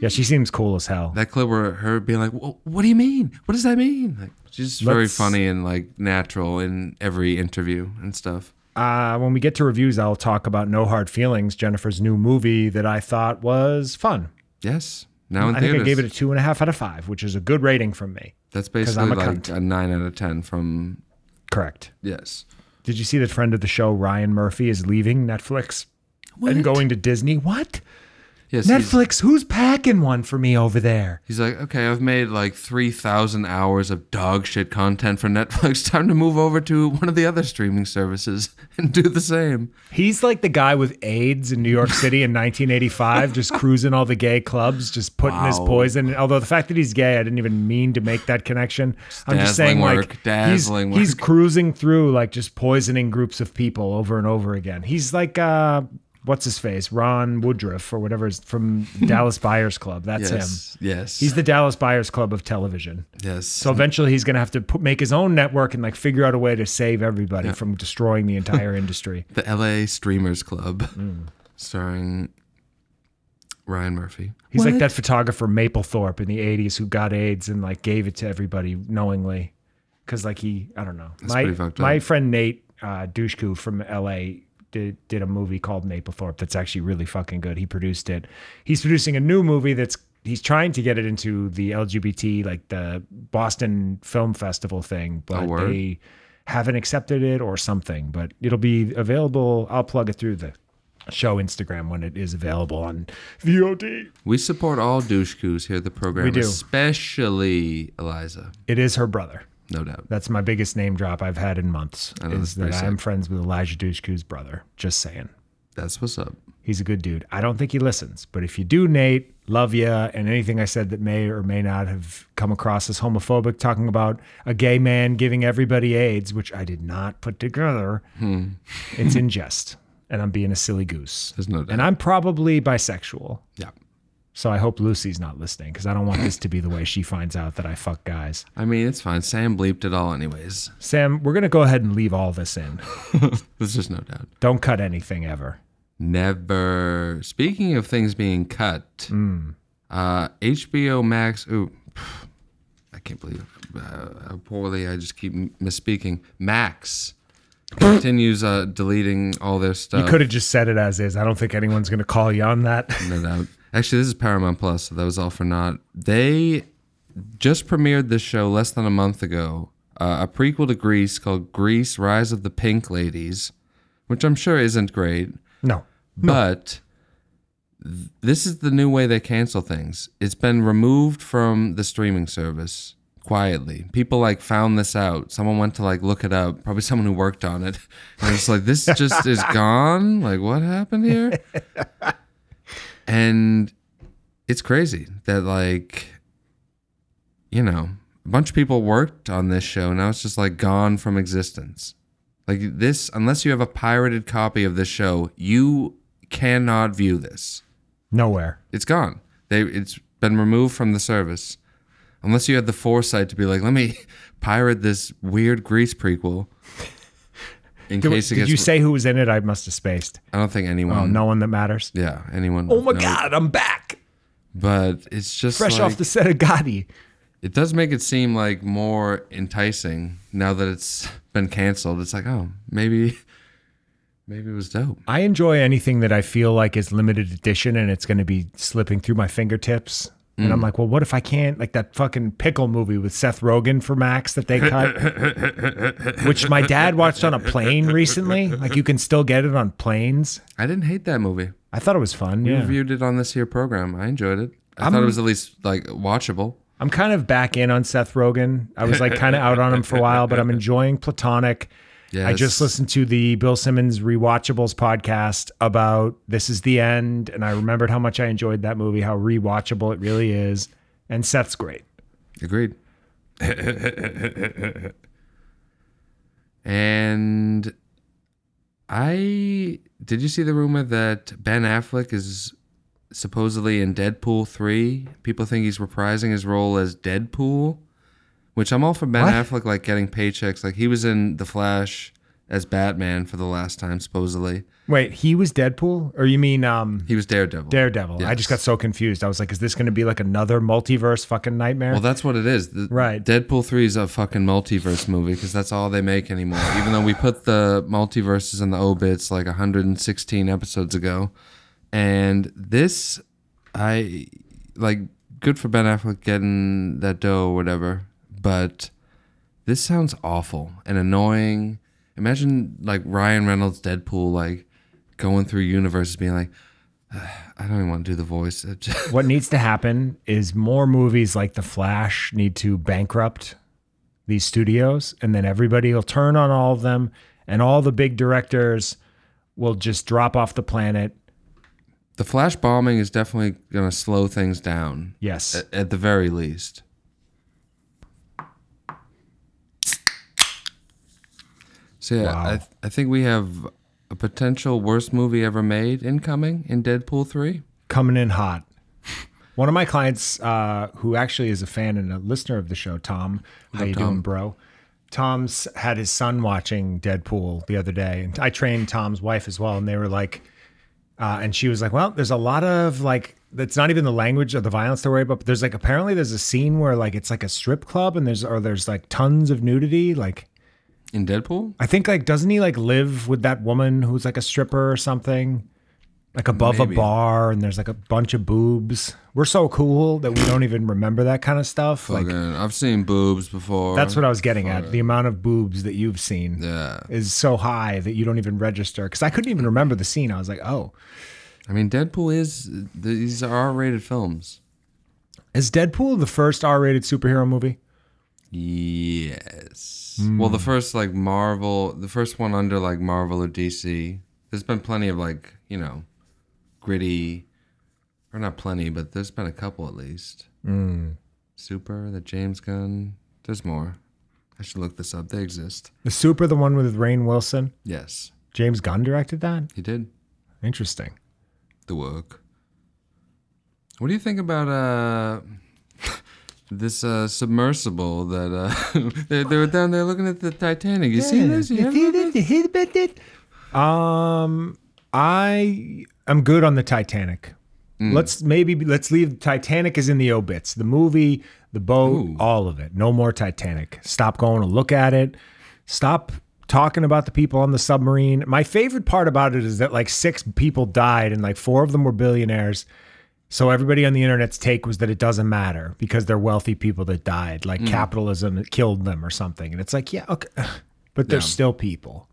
Yeah, she seems cool as hell. That clip where her being like, "Wha- "What do you mean? What does that mean?" Like, she's just very Let's- funny and like natural in every interview and stuff. Uh, when we get to reviews, I'll talk about No Hard Feelings, Jennifer's new movie that I thought was fun. Yes. Now in I theaters. think I gave it a two and a half out of five, which is a good rating from me. That's 'Cause basically I'm a like cunt. a nine out of ten from Correct. yes. Did you see that friend of the show, Ryan Murphy, is leaving Netflix and going to Disney? What? Yes, he's- Netflix, who's packing one for me over there? He's, like, okay, I've made like three thousand hours of dog shit content for Netflix. [laughs] Time to move over to one of the other streaming services [laughs] and do the same. He's like the guy with AIDS in New [laughs] York City in 1985, just cruising all the gay clubs, just putting his Wow. poison. Although the fact that he's gay, I didn't even mean to make that connection. I'm just dazzling saying, work, like, he's, dazzling he's work. cruising through, like, just poisoning groups of people over and over again. He's like, uh, what's his face? Ron Woodruff or whatever is [laughs] from Dallas Buyers Club. That's him. Yes. Yes. He's the Dallas Buyers Club of television. yes. So eventually he's going to have to put, make his own network and like figure out a way to save everybody from destroying the entire industry. the LA Streamers Club, Mm. starring Ryan Murphy. He's like What? that photographer Maplethorpe in the 80s who got AIDS and like gave it to everybody knowingly. Cause like he, I don't know. my pretty fucked my up. friend Nate uh, Dushku from LA did, did a movie called Maplethorpe that's actually really fucking good. He produced it. He's producing a new movie that's he's trying to get it into the LGBT like the Boston Film Festival thing, but Oh, word. they haven't accepted it or something. But it'll be available. I'll plug it through the show Instagram when it is available on VOD. We support all douche coos here at the program, We do. especially Eliza, It is her brother. no doubt. That's my biggest name drop I've had in months. know, that's is that pretty I'm sick. friends with Elijah Dushku's brother. Just saying. That's what's up. He's a good dude. I don't think he listens, but if you do, Nate, love you. And anything I said that may or may not have come across as homophobic, talking about a gay man giving everybody AIDS, which I did not put together, it's in jest. And I'm being a silly goose. Hmm. There's no doubt. And I'm probably bisexual. Yeah. So I hope Lucy's not listening because I don't want this to be the way she finds out that I fuck guys. I mean, it's fine. Sam bleeped it all, anyways. Sam, we're going to go ahead and leave all this in. There's just no doubt. Don't cut anything ever. Never. Speaking of things being cut, uh, HBO Max. Ooh, pff, I can't believe uh, how poorly I just keep m- misspeaking. Max continues uh, deleting all their stuff. You could have just said it as is. I don't think anyone's going to call you [laughs] on that. No doubt. Actually, this is Paramount Plus, so that was all for naught. They just premiered this show less than a month ago, uh, a prequel to Grease called Grease: Rise of the Pink Ladies, which I'm sure isn't great. No. But th- this is the new way they cancel things. It's been removed from the streaming service quietly. People like found this out. Someone went to like look it up. Probably someone who worked on it. And it's like this just is gone. Like what happened here? And it's crazy that like you know, a bunch of people worked on this show. Now it's just like gone from existence. Like this, unless you have a pirated copy of this show, you cannot view this. Nowhere. It's gone. They it's been removed from the service. Unless you had [laughs] [laughs] the foresight to be like, let me pirate this weird Grease prequel. in Did, case it did gets. you say who was in it? I must have spaced. I don't think anyone. Oh, no one that matters. Yeah, anyone. Oh my no. God, I'm back, But it's just fresh off like- the set of Gotti. It does make it seem like more enticing now that it's been canceled. It's like, oh, maybe, [laughs] maybe it was dope. I enjoy anything that I feel like is limited edition and it's going to be slipping through my fingertips. And I'm like, well, what if I can't? Like that fucking pickle movie with Seth Rogen for Max that they cut, which my dad watched on a plane recently. Like you can still get it on planes. I didn't hate that movie. I thought it was fun. We Yeah. reviewed it on this here program. I enjoyed it. I thought it was at least like watchable. I'm kind of back in on Seth Rogen. I was like kind of out on him for a while, but I'm enjoying Platonic. Yeah, I just listened to the Bill Simmons Rewatchables podcast about This Is the End, and I remembered how much I enjoyed that movie, how rewatchable it really is. And Seth's great. Agreed. and I did you see the rumor that Ben Affleck is supposedly in Deadpool 3? People think he's reprising his role as Deadpool, which I'm all for Ben What? Affleck like getting paychecks. Like he was in The Flash as Batman for the last time supposedly. Wait, he was Deadpool? Or you mean um He was Daredevil. Daredevil? I Yes. just got so confused. I was like, is this going to be like another multiverse fucking nightmare? Well, that's what it is. The- Right. Deadpool 3 is a fucking multiverse movie because that's all they make anymore. Even though we put the multiverses and the obits like 116 episodes ago. And this, I like, good for Ben Affleck getting that dough or whatever. But this sounds awful and annoying. Imagine like Ryan Reynolds Deadpool, like going through universes being like, I don't even want to do the voice. what needs to happen is more movies like The Flash need to bankrupt these studios, and then everybody will turn on all of them, and all the big directors will just drop off the planet. the flash bombing is definitely going to slow things down Yes. a- at the very least so yeah I, th- I think we have a potential worst movie ever made incoming in deadpool 3 coming in hot. One of my clients, uh, who actually is a fan and a listener of the show, Tom. How you doing, bro? Tom's had his son watching Deadpool the other day, and I trained Tom's wife as well, and they were like, uh, and she was like, "Well, there's a lot of like." That's not even the language of the violence they're worried about. But there's like apparently there's a scene where like it's like a strip club and there's or there's like tons of nudity. Like in deadpool I think like doesn't he like live with that woman who's like a stripper or something? Like above Maybe. a bar and there's like a bunch of boobs. We're so cool that we don't even remember that kind of stuff. Like Fucking- i've seen boobs before that's what I was getting at. The amount of boobs that you've seen yeah is so high that you don't even register cuz I couldn't even remember the scene. I was like, "Oh, i mean deadpool is these are r-rated films is Deadpool the first R-rated superhero movie?" Yes. Well, the first like Marvel, the first one under like Marvel or DC. There's been plenty of like you know, gritty, or not plenty, but there's been a couple at least. Super, the James Gunn. There's more. I should look this up. They exist. The Super the one with Rain Wilson. Yes, James Gunn directed that? he did Interesting. the work. What do you think about uh? [laughs] This uh, submersible that uh, [laughs] they, they were down there looking at the Titanic. You seen this? You heard about this? Um, I am good on the Titanic. Let's maybe let's leave Titanic is in the obits. The movie, the boat, all of it. No more Titanic. Stop going to look at it. Stop talking about the people on the submarine. My favorite part about it is that like six people died and like four of them were billionaires. So everybody on the internet's take was that it doesn't matter because they're wealthy people that died. Like capitalism killed them or something. And it's like, yeah, okay. But they're still people.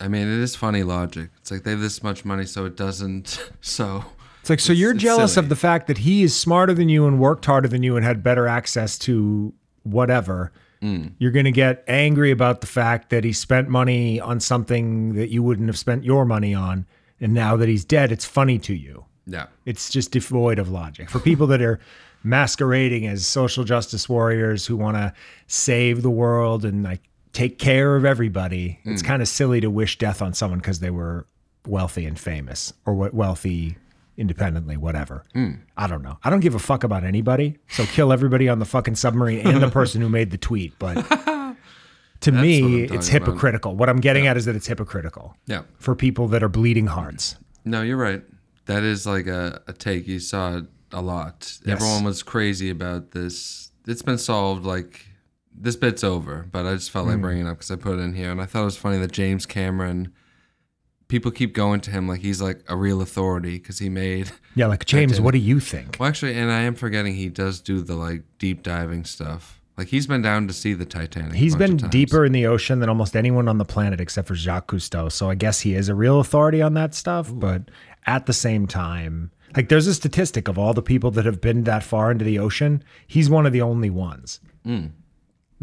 I mean, it is funny logic. It's like they have this much money, so it doesn't. [laughs] So It's like so you're it's jealous silly. of the fact that he is smarter than you and worked harder than you and had better access to whatever. You're going to get angry about the fact that he spent money on something that you wouldn't have spent your money on and now that he's dead it's funny to you. yeah, It's just devoid of logic. For people that are masquerading as social justice warriors who want to save the world and like take care of everybody, Mm. it's kind of silly to wish death on someone because they were wealthy and famous or we- wealthy independently, whatever. Mm. I don't know. I don't give a fuck [laughs] about anybody. So kill everybody on the fucking submarine and the person who made the tweet. But to That's what me, I'm it's talking about. hypocritical. What I'm getting at is that it's hypocritical Yeah. for people that are bleeding hearts. No, you're right. That is like a, a take. You saw it a lot. Everyone was crazy about this. It's been solved. Like this bit's over. But I just felt Hmm. like bringing it up because I put it in here, and I thought it was funny that James Cameron. People keep going to him like he's like a real authority because he made. [laughs] Yeah, like James, what do you think? Well, actually, and I am forgetting he does do the like deep diving stuff. Like he's been down to see the Titanic. He's a bunch been of times. deeper in the ocean than almost anyone on the planet except for Jacques Cousteau. So I guess he is a real authority on that stuff. But at the same time, like there's a statistic of all the people that have been that far into the ocean, he's one of the only ones. Mm.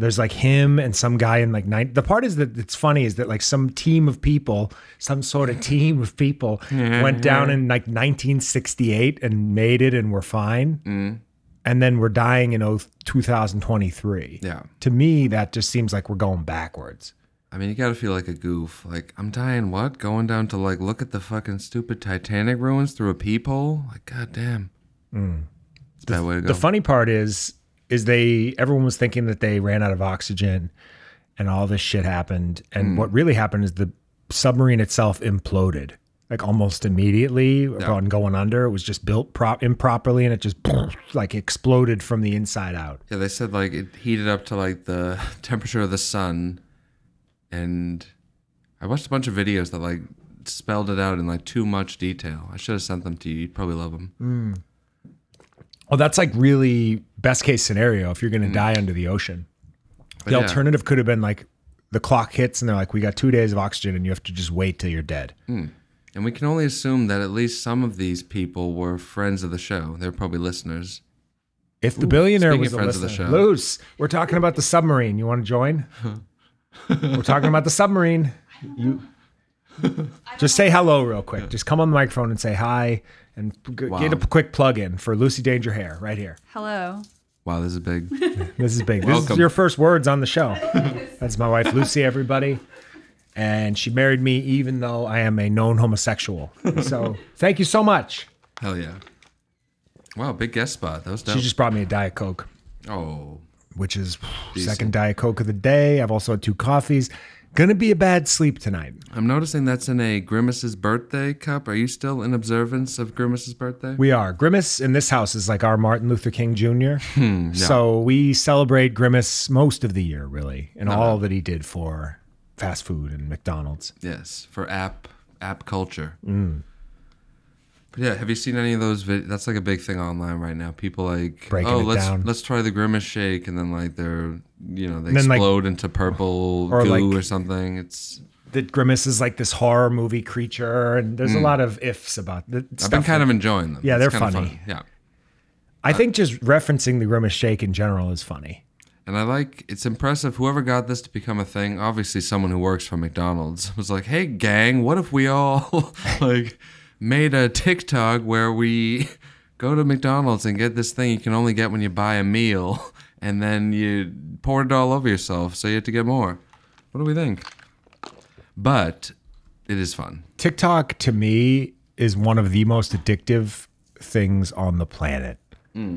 There's like him and some guy in like nine. The part is that it's funny is that like some team of people, some [laughs] sort of team of people went down in like 1968 and made it and were fine. Mm. And then we're dying in oh, 2023 Yeah. to me that just seems like we're going backwards I mean, you gotta feel like a goof. Like, I'm dying what? Going down to like look at the fucking stupid Titanic ruins through a peephole? Like, goddamn. It's a bad way to go. Mm. the funny part is is they everyone was thinking that they ran out of oxygen and all this shit happened and what really happened is the submarine itself imploded like almost immediately upon going under it was just built prop improperly and it just [clears throat] like exploded from the inside out yeah, they said like it heated up to like the [laughs] temperature of the sun, and I watched a bunch of videos that like spelled it out in like too much detail. I should have sent them to you. You'd probably love them. Mm. oh that's like really best case scenario if you're going to die under the ocean the yeah. alternative could have been like the clock hits and they're like we got 2 days of oxygen and you have to just wait till you're dead And we can only assume that at least some of these people were friends of the show. They're probably listeners. If the billionaire speaking of was the friends of the listener, show. Luce, we're talking about the submarine. You want [laughs] to join? we're talking about the submarine. You just say hello real quick. Just come on the microphone and say hi, and g- get a quick plug in for Lucy Danger Hair right here. Hello. Wow, this is big. This is big. This Welcome. is your first words on the show. That's my wife Lucy, everybody, and she married me even though I am a known homosexual. So thank you so much. Hell yeah. Wow, big guest spot. That was dope. She just brought me a diet coke. oh. which is second diet coke of the day. I've also had two coffees. Gonna be a bad sleep tonight. I'm noticing that's in a Grimace's birthday cup. Are you still in observance of Grimace's birthday? We are Grimace in this house is like our Martin Luther [laughs] King Jr. Hmm, So we celebrate Grimace most of the year, really, and all that he did for fast food and McDonald's. yes, for app app culture. Mm. But yeah, have you seen any of those? Vid- that's like a big thing online right now. People like, Breaking oh, it let's down. let's try the Grimace shake, and then like they're you know they then, like- explode into purple or, goo like- or something. It's That Grimace is like this horror movie creature, and there's a lot of ifs about that. Hmm. I've been kind of enjoying them. Yeah, It's they're kind of funny. fun. Yeah. I think just referencing the Grimace shake in general is funny. And I like it's impressive whoever got this to become a thing. Obviously, someone who works for McDonald's [laughs] was like, "Hey, gang, what if we all [laughs] like made a TikTok where we [laughs] go to McDonald's and get this thing you can only get when you buy a meal, [laughs] and then you pour it all over yourself, so you have to get more." What do we think? But it is fun. TikTok to me is one of the most addictive things on the planet. Hmm.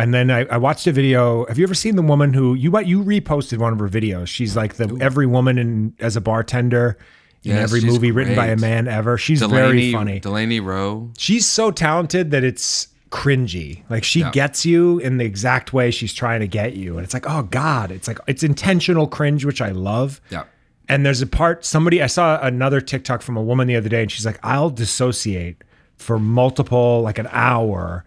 And then I, I watched a video. Have you ever seen the woman who you you reposted one of her videos? She's like the every woman in as a bartender in Yes, every she's movie written by a great. man ever. She's very funny. Delaney Rowe. she's so talented that it's cringy. Like she Yeah. gets you in the exact way she's trying to get you, and it's like, oh god, it's like it's intentional cringe, which I love. Yeah. And there's a part somebody I saw another TikTok from a woman the other day, and she's like, I'll dissociate for multiple like an hour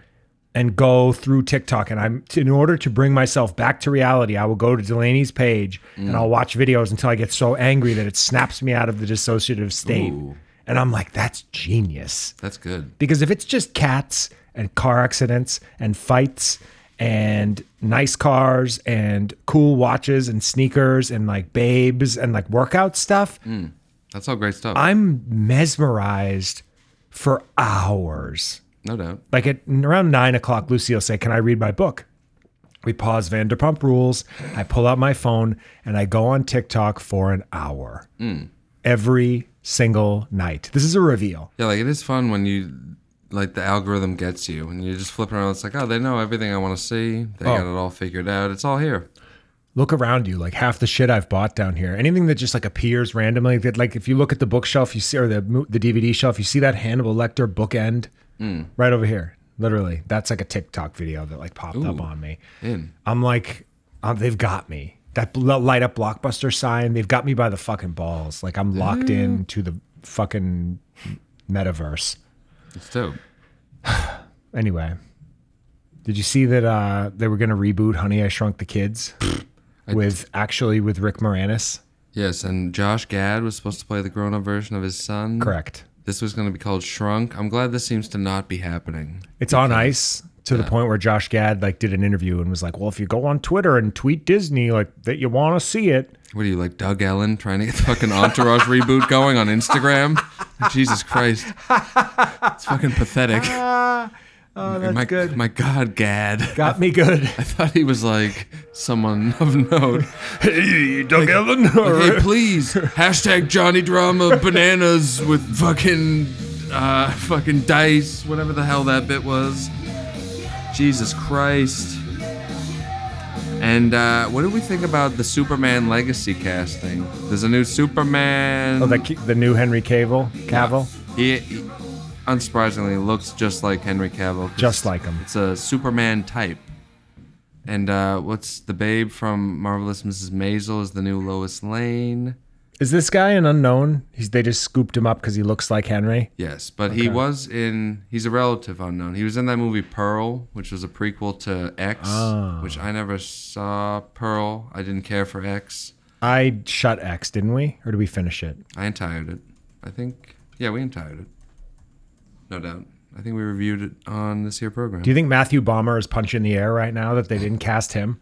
and go through TikTok. And I'm in order to bring myself back to reality, I will go to Delaney's page and I'll watch videos until I get so angry that it snaps me out of the dissociative state. Ooh. And I'm like, that's genius. That's good. Because if it's just cats and car accidents and fights and nice cars and cool watches and sneakers and like babes and like workout stuff, That's all great stuff. I'm mesmerized for hours. no doubt. Like at around nine o'clock, Lucy will say, Can I read my book? We pause Vanderpump Rules. I pull out my phone and I go on TikTok for an hour every single night. This is a reveal. Yeah, like it is fun when you like the algorithm gets you and you're just flipping around. It's like, oh, they know everything I want to see. They got it all figured out. It's all here. look around you like half the shit i've bought down here anything that just like appears randomly that like if you look at the bookshelf you see or the mo- the dvd shelf you see that hannibal lecter bookend right over here literally that's like a tiktok video that like popped up Ooh. on me In. i'm like oh, they've got me that bl- light up blockbuster sign they've got me by the fucking balls like i'm locked in to the fucking metaverse It's dope. anyway did you see that uh they were gonna reboot honey i shrunk the kids with actually with rick moranis Yes, and Josh Gad was supposed to play the grown up version of his son. correct This was going to be called Shrunk. I'm glad this seems to not be happening. it's on ice to the point where josh gad like did an interview and was like well if you go on twitter and tweet disney like that you want to see it What are you, like Doug Ellen trying to get the fucking Entourage reboot going on Instagram? [laughs] Jesus Christ. It's fucking pathetic. my, oh my God, Gad. got me good I thought he was like someone of note. hey doug [laughs] ellen Hey, please. Hashtag Johnny Drama bananas with fucking uh, fucking dice, whatever the hell that bit was. Jesus Christ. And uh, what do we think about the Superman legacy casting? There's a new Superman. oh the, ki- the new henry cavill cavill He, he unsurprisingly looks just like Henry Cavill. 'cause Just like him. It's a Superman type. And uh, what's the babe from Marvelous Mrs. Maisel is the new Lois Lane. is this guy an unknown he's they just scooped him up because he looks like henry Yes, but he was in. He's a relative unknown. He was in that movie Pearl, which was a prequel to X, Ah. which I never saw. Pearl, I didn't care for X. i shut x didn't we or did we finish it I untired it. I think. Yeah, we untired it. No doubt. I think we reviewed it on this here program. Do you think Matthew Bomber is punching the air right now that they didn't cast him?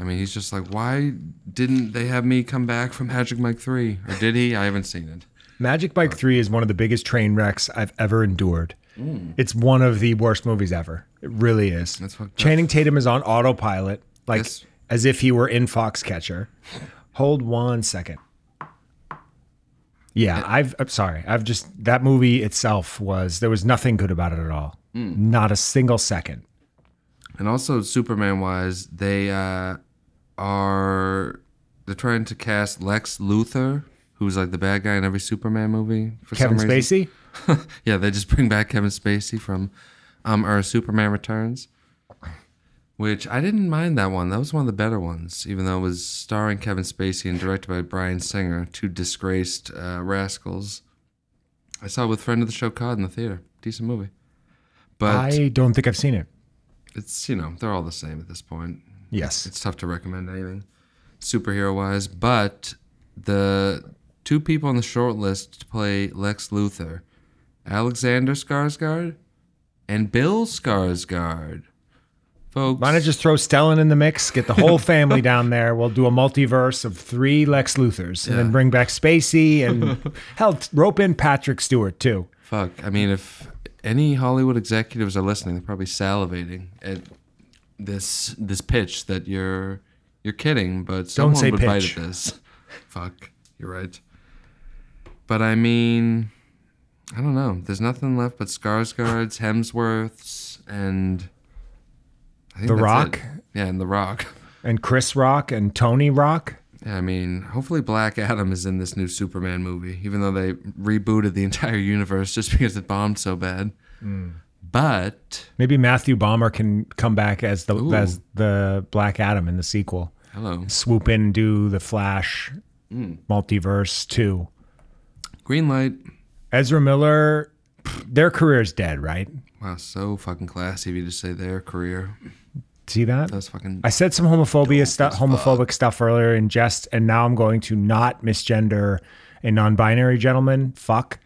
I mean, he's just like, why didn't they have me come back from Magic Mike 3? Or did he? I haven't seen it. Magic Bike 3 is one of the biggest train wrecks I've ever endured. It's one of the worst movies ever. It really is. Mm. That's fucked up. Channing Tatum is on autopilot, like Yes. as if he were in Foxcatcher. Hold one second. Yeah, I've, I'm sorry. I've just, that movie itself was, there was nothing good about it at all. Mm. Not a single second. And also, Superman wise, they uh, are. They're trying to cast Lex Luthor, who's like the bad guy in every Superman movie. For Kevin some reason. Spacey? Yeah, they just bring back Kevin Spacey from um, or Superman Returns, which I didn't mind that one. That was one of the better ones, even though it was starring Kevin Spacey and directed by Brian Singer, two disgraced uh, rascals. I saw it with friend of the show Cod in the theater. Decent movie, but I don't think I've seen it. it's you know they're all the same at this point. Yes. It's tough to recommend anything superhero wise, but the two people on the short list to play Lex Luthor, Alexander Skarsgård and Bill Skarsgård. Folks, Why not just throw Stellan in the mix? Get the [laughs] whole family down there. We'll do a multiverse of three Lex Luthers, and then bring back Spacey [laughs] and hell, rope in Patrick Stewart too. fuck. I mean, if any Hollywood executives are listening, they're probably salivating at this this pitch that you're you're kidding, but someone say would bite pitch. at this. [laughs] fuck, you're right. But I mean, I don't know. There's nothing left but Skarsgårds, Hemsworths, and I think The that's it. Rock? Yeah, and The Rock. [laughs] And Chris Rock and Tony Rock. Yeah, I mean, hopefully Black Adam is in this new Superman movie, even though they rebooted the entire universe just because it bombed so bad. Hmm. But Maybe Matthew Bomber can come back as the Ooh. as the Black Adam in the sequel. hello, Swoop in, and do the Flash Hmm. multiverse too. green light. Ezra Miller, their career's dead, right? Wow, so fucking classy of you to say their career. See that? That's fucking. I said some homophobia stuff, homophobic stuff earlier in jest, and now I'm going to not misgender a non-binary gentleman. Fuck!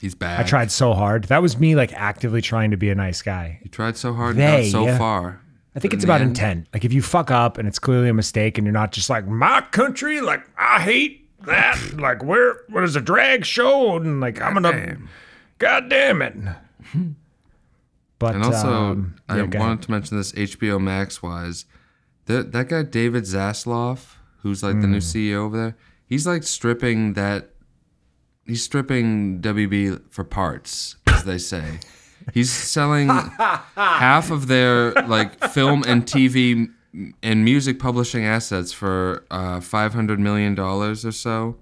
he's back. I tried so hard. That was me, like actively trying to be a nice guy. You tried so hard, They, not so yeah. far. I think But it's in the about end- intent. Like if you fuck up and it's clearly a mistake, and you're not just like my country, like I hate that, like where what is a drag show, and like I'm gonna, god damn it. But And also, um, I yeah, wanted go ahead. to mention this HBO Max wise. That that guy David Zasloff, who's like Hmm. the new CEO over there, he's like stripping that. He's stripping WB for parts, as they say. [laughs] He's selling half of their like film and TV and music publishing assets for uh, five hundred million dollars or so.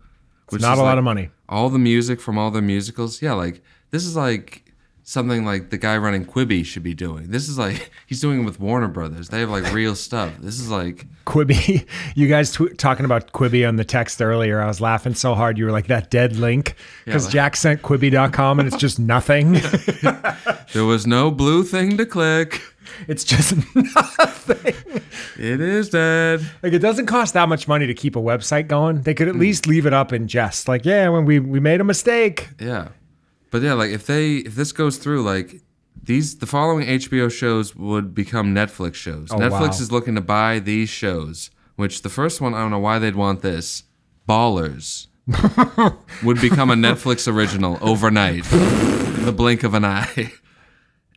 Which Not is a lot like of money. All the music from all the musicals. Yeah, like this is like something like the guy running Quibi should be doing. This is like [laughs] he's doing it with Warner Brothers. They have like real stuff. This is like Quibi, [laughs] you guys tw- talking about Quibi on the text earlier. I was laughing so hard. You were like that dead link because like- Jack sent Quibi.com and it's [laughs] just nothing. there was no blue thing to click. [laughs] it's just nothing. It is dead. Like it doesn't cost that much money to keep a website going. They could Hmm. at least leave it up in jest. Like, yeah, when we we made a mistake. Yeah. But yeah, like if they if this goes through, like these the following HBO shows would become Netflix shows. Oh, Netflix wow. is looking to buy these shows, which the first one I don't know why they'd want this. [laughs] Ballers would become a Netflix original overnight. in the blink of an eye. [laughs]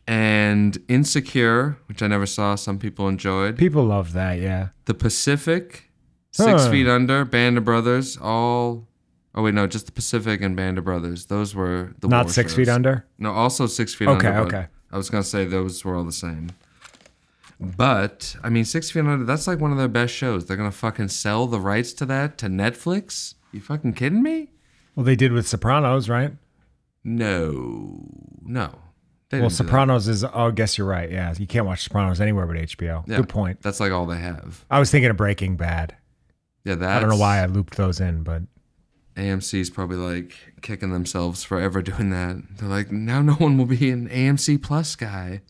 And Insecure, which I never saw, some people enjoyed. People love that, yeah. The Pacific, Six Huh. Feet Under, Band of Brothers, all. Oh wait, no, just the Pacific and Band of Brothers. Those were the Not war six shows. feet under. No, also Six Feet Okay, Under. but okay. I was gonna say those were all the same. But I mean, Six Feet Under. That's like one of their best shows. They're gonna fucking sell the rights to that to Netflix. You fucking kidding me? Well, they did with Sopranos, right? No, no. They Well, didn't do that. Sopranos is. Oh, I guess you're right. Yeah, you can't watch Sopranos anywhere but HBO. Yeah, Good point. That's like all they have. I was thinking of Breaking Bad. Yeah, that. I don't know why I looped those in, but AMC's probably like kicking themselves forever [laughs] doing that. They're like, now no one will be an AMC Plus guy.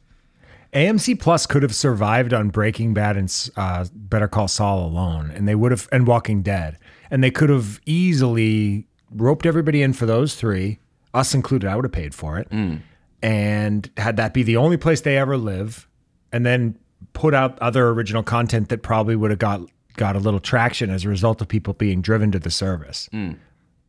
AMC Plus could have survived on Breaking Bad and uh, Better Call Saul alone, and they would have, and Walking Dead, and they could have easily roped everybody in for those three, us included. I would have paid for it, and had that be the only place they ever live, and then put out other original content that probably would have got got a little traction as a result of people being driven to the service.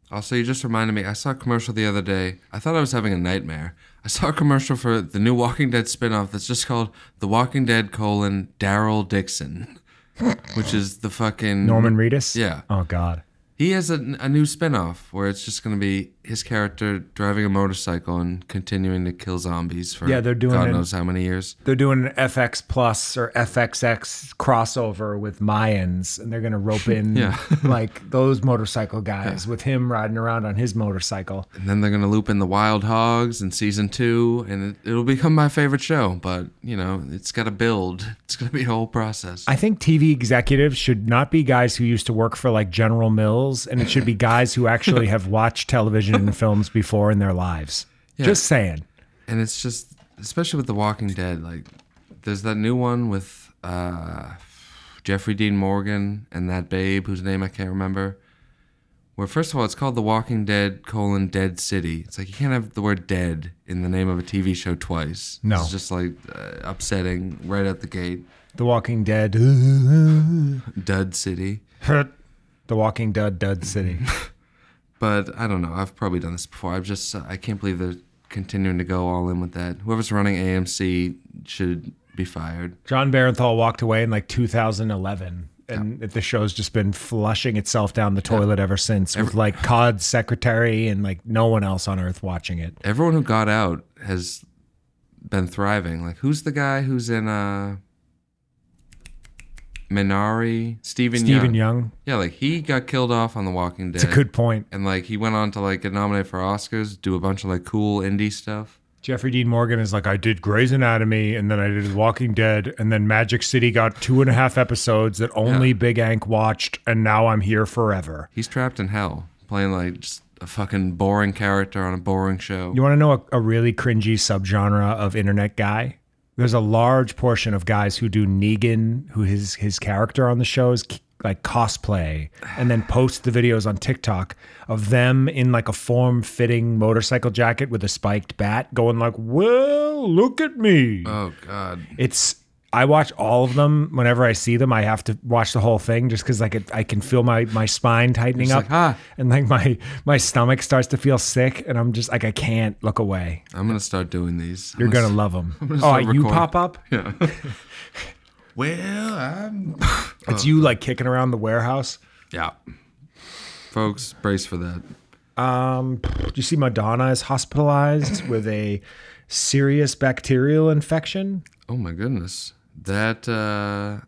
Also, you just reminded me, I saw a commercial the other day. I thought I was having a nightmare. I saw a commercial for the new Walking Dead spinoff that's just called The Walking Dead colon Daryl Dixon, [laughs] which is the fucking. Norman Reedus, Yeah. oh god, He has a, a new spinoff where it's just going to be his character driving a motorcycle and continuing to kill zombies for Yeah, they're doing God an- knows how many years. they're doing an FX Plus or FXX crossover with Mayans, and they're going to rope in Yeah. [laughs] like those motorcycle guys with him riding around on his motorcycle. And then they're going to loop in the Wild Hogs in season two, and it, it'll become my favorite show. But, you know, it's got to build, [laughs] it's going to be a whole process. I think TV executives should not be guys who used to work for like General Mills, and it should be guys who actually have watched television and films before in their lives. Just saying. and it's just, especially with The Walking Dead, like, there's that new one with uh, Jeffrey Dean Morgan and that babe whose name I can't remember. Where, first of all, it's called The Walking Dead colon Dead City. It's like you can't have the word dead in the name of a TV show twice. No. It's just like uh, upsetting right out the gate. The Walking Dead. [laughs] The Dud City. Walking Dead, Dud City. but I don't know. I've probably done this before. I've just I can't believe they're continuing to go all in with that. Whoever's running AMC should be fired. John Barenthal walked away in like 2011, and the show's just been flushing itself down the toilet ever since with like Cod's secretary and like no one else on earth watching it. Everyone who got out has been thriving. Like who's the guy who's in uh Minari? Stephen, Stephen Young. Young, Yeah, like he got killed off on The Walking Dead. it's a good point. and like he went on to like get nominated for Oscars, do a bunch of like cool indie stuff. Jeffrey Dean Morgan is like, I did Grey's Anatomy, and then I did The Walking Dead, and then Magic City got two and a half episodes that only Big Ank watched, and now I'm here forever. He's trapped in hell playing like just a fucking boring character on a boring show. You want to know a, a really cringy subgenre of internet guy? There's a large portion of guys who do Negan, who his his character on the show is k- like cosplay, and then post the videos on TikTok of them in like a form fitting motorcycle jacket with a spiked bat, going like, "Well, look at me." oh god. it's I watch all of them whenever I see them. I have to watch the whole thing just because I could I can feel my my spine tightening You're up just like, "Ah." and like my my stomach starts to feel sick and I'm just like I can't look away. I'm gonna start doing these. I'm You're gonna s- love them. gonna Oh, start you recording. pop up. [laughs] Yeah. well, I'm. It's you like kicking around the warehouse. Yeah. Folks, brace for that. Um, do you see Madonna [laughs] is hospitalized with a serious bacterial infection? Oh my goodness. That uh,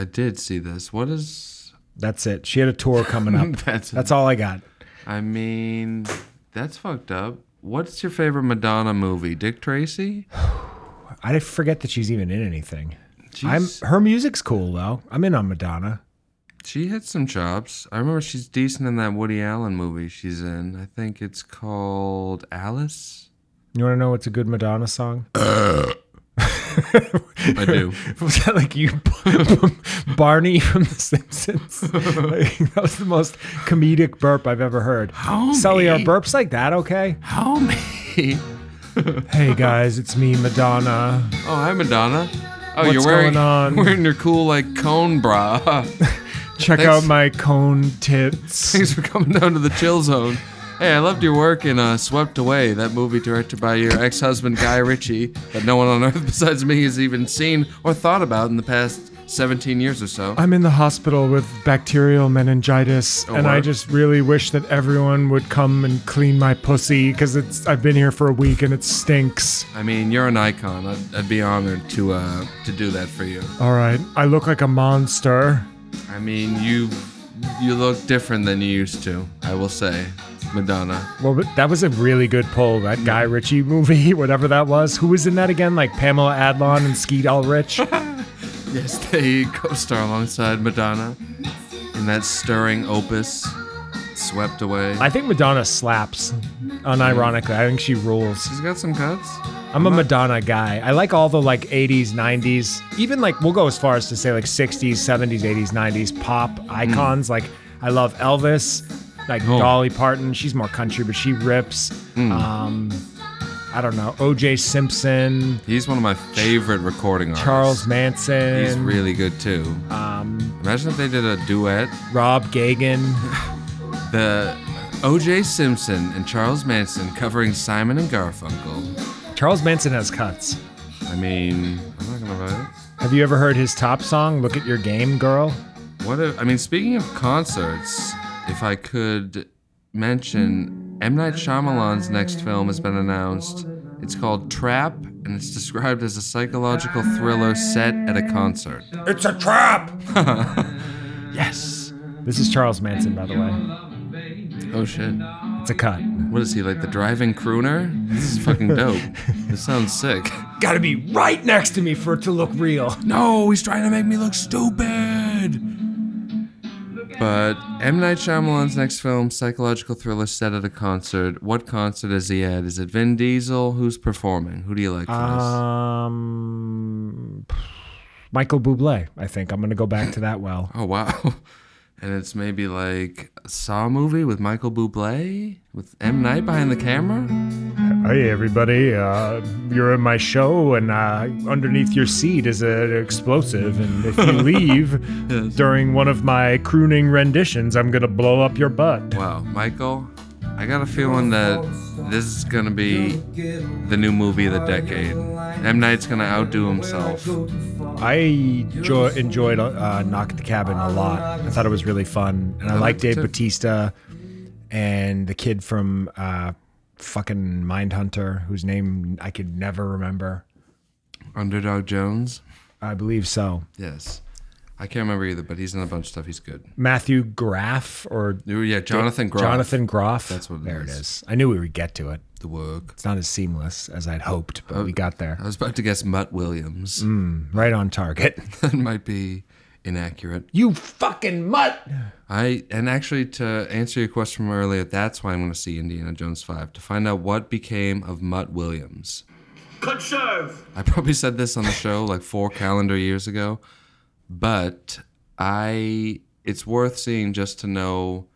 I did see this. What is? [laughs] That's it. She had a tour coming up. That's- That's all I got. I mean, that's fucked up. What's your favorite Madonna movie? Dick Tracy. I forget that she's even in anything. She's- I'm her music's cool though. I'm in on Madonna. She hit some chops. I remember she's decent in that Woody Allen movie she's in. I think it's called Alice. You want to know what's a good Madonna song? [laughs] I do. was that like you, [laughs] Barney from The [laughs] Simpsons? Like, that was the most comedic burp I've ever heard. Sully, are burps like that okay? Homie. Hey guys, it's me, Madonna. Oh, hi Madonna. Oh, What's you're wearing [laughs] going on? wearing your cool like cone bra. [laughs] Check Thanks. out my cone tits. Thanks for coming down to the chill zone. Hey, I loved your work in uh, Swept Away, that movie directed by your ex-husband Guy Ritchie that no one on earth [laughs] besides me has even seen or thought about in the past 17 years or so. I'm in the hospital with bacterial meningitis, and I word. just really wish that everyone would come and clean my pussy because it's I've been here for a week and it stinks. I mean, you're an icon. I'd, I'd be honored to uh, to do that for you. All right, I look like a monster. I mean, you you look different than you used to. I will say, Madonna. Well, but that was a really good pull. That Guy Ritchie movie, [laughs] whatever that was. Who was in that again? Like Pamela Adlon and Skeet Ulrich. Yes, they co-star alongside Madonna in that stirring opus, Swept Away. I think Madonna slaps. Unironically, I think she rules. She's got some cuts. I'm a Madonna guy. I like all the like 80s, 90s, even like we'll go as far as to say like 60s, 70s, 80s, 90s pop icons. Like I love Elvis, like Mm. Oh. Mm. Dolly Parton. She's more country, but she rips. Um, I don't know. OJ Simpson, He's one of my favorite recording artists. Charles Manson, He's really good too. um, Imagine if they did a duet. Rob Gagan. The O.J. Simpson and Charles Manson covering Simon and Garfunkel. Charles Manson has cuts. I mean, I'm not gonna buy it. Have you ever heard his top song, Look at Your Game, Girl? What if, I mean, speaking of concerts, if I could mention M. Night Shyamalan's next film has been announced. It's called Trap, and it's described as a psychological thriller set at a concert. It's a [laughs] trap! Yes! This is Charles Manson, by the way. Oh shit. It's a cut. What is he, like the driving crooner? This is fucking dope. this sounds sick. Gotta be right next to me for it to look real. No, he's trying to make me look stupid. But M. Night Shyamalan's next film, psychological thriller set at a concert. What concert is he at? Is it Vin Diesel? Who's performing? Who do you like for Uh, Um, Michael Bublé. I think I'm gonna go back to that. Well, this? Oh, wow. [laughs] And it's maybe like a Saw movie with Michael Bublé with M. Night behind the camera? hey everybody, uh, you're in my show, and uh, underneath your seat is an explosive, and if [laughs] you leave during one of my crooning renditions, I'm gonna blow up your butt. Wow, Michael, I got a feeling that this is going to be the new movie of the decade. M. Night's going to outdo himself. I jo- enjoyed uh, Knock at the Cabin a lot. I thought it was really fun, and I, like liked it Dave too. Batista and the kid from uh, fucking Mindhunter, whose name I could never remember. Underdog Jones? I believe so. Yes. I can't remember either, but he's in a bunch of stuff. He's good. Matthew Graff or Ooh, yeah, Jonathan Groff. Jonathan Groff. That's what it there is. it is. I knew we would get to it. The work. It's not as seamless as I'd hoped, but Uh, we got there. I was about to guess Mutt Williams. Right on [laughs] target. [laughs] that might be inaccurate. You fucking mutt! I and actually to answer your question from earlier, that's why I'm going to see Indiana Jones 5 to find out what became of Mutt Williams. Conserve! I probably said this on the show like 4 calendar years ago, but I it's worth seeing just to know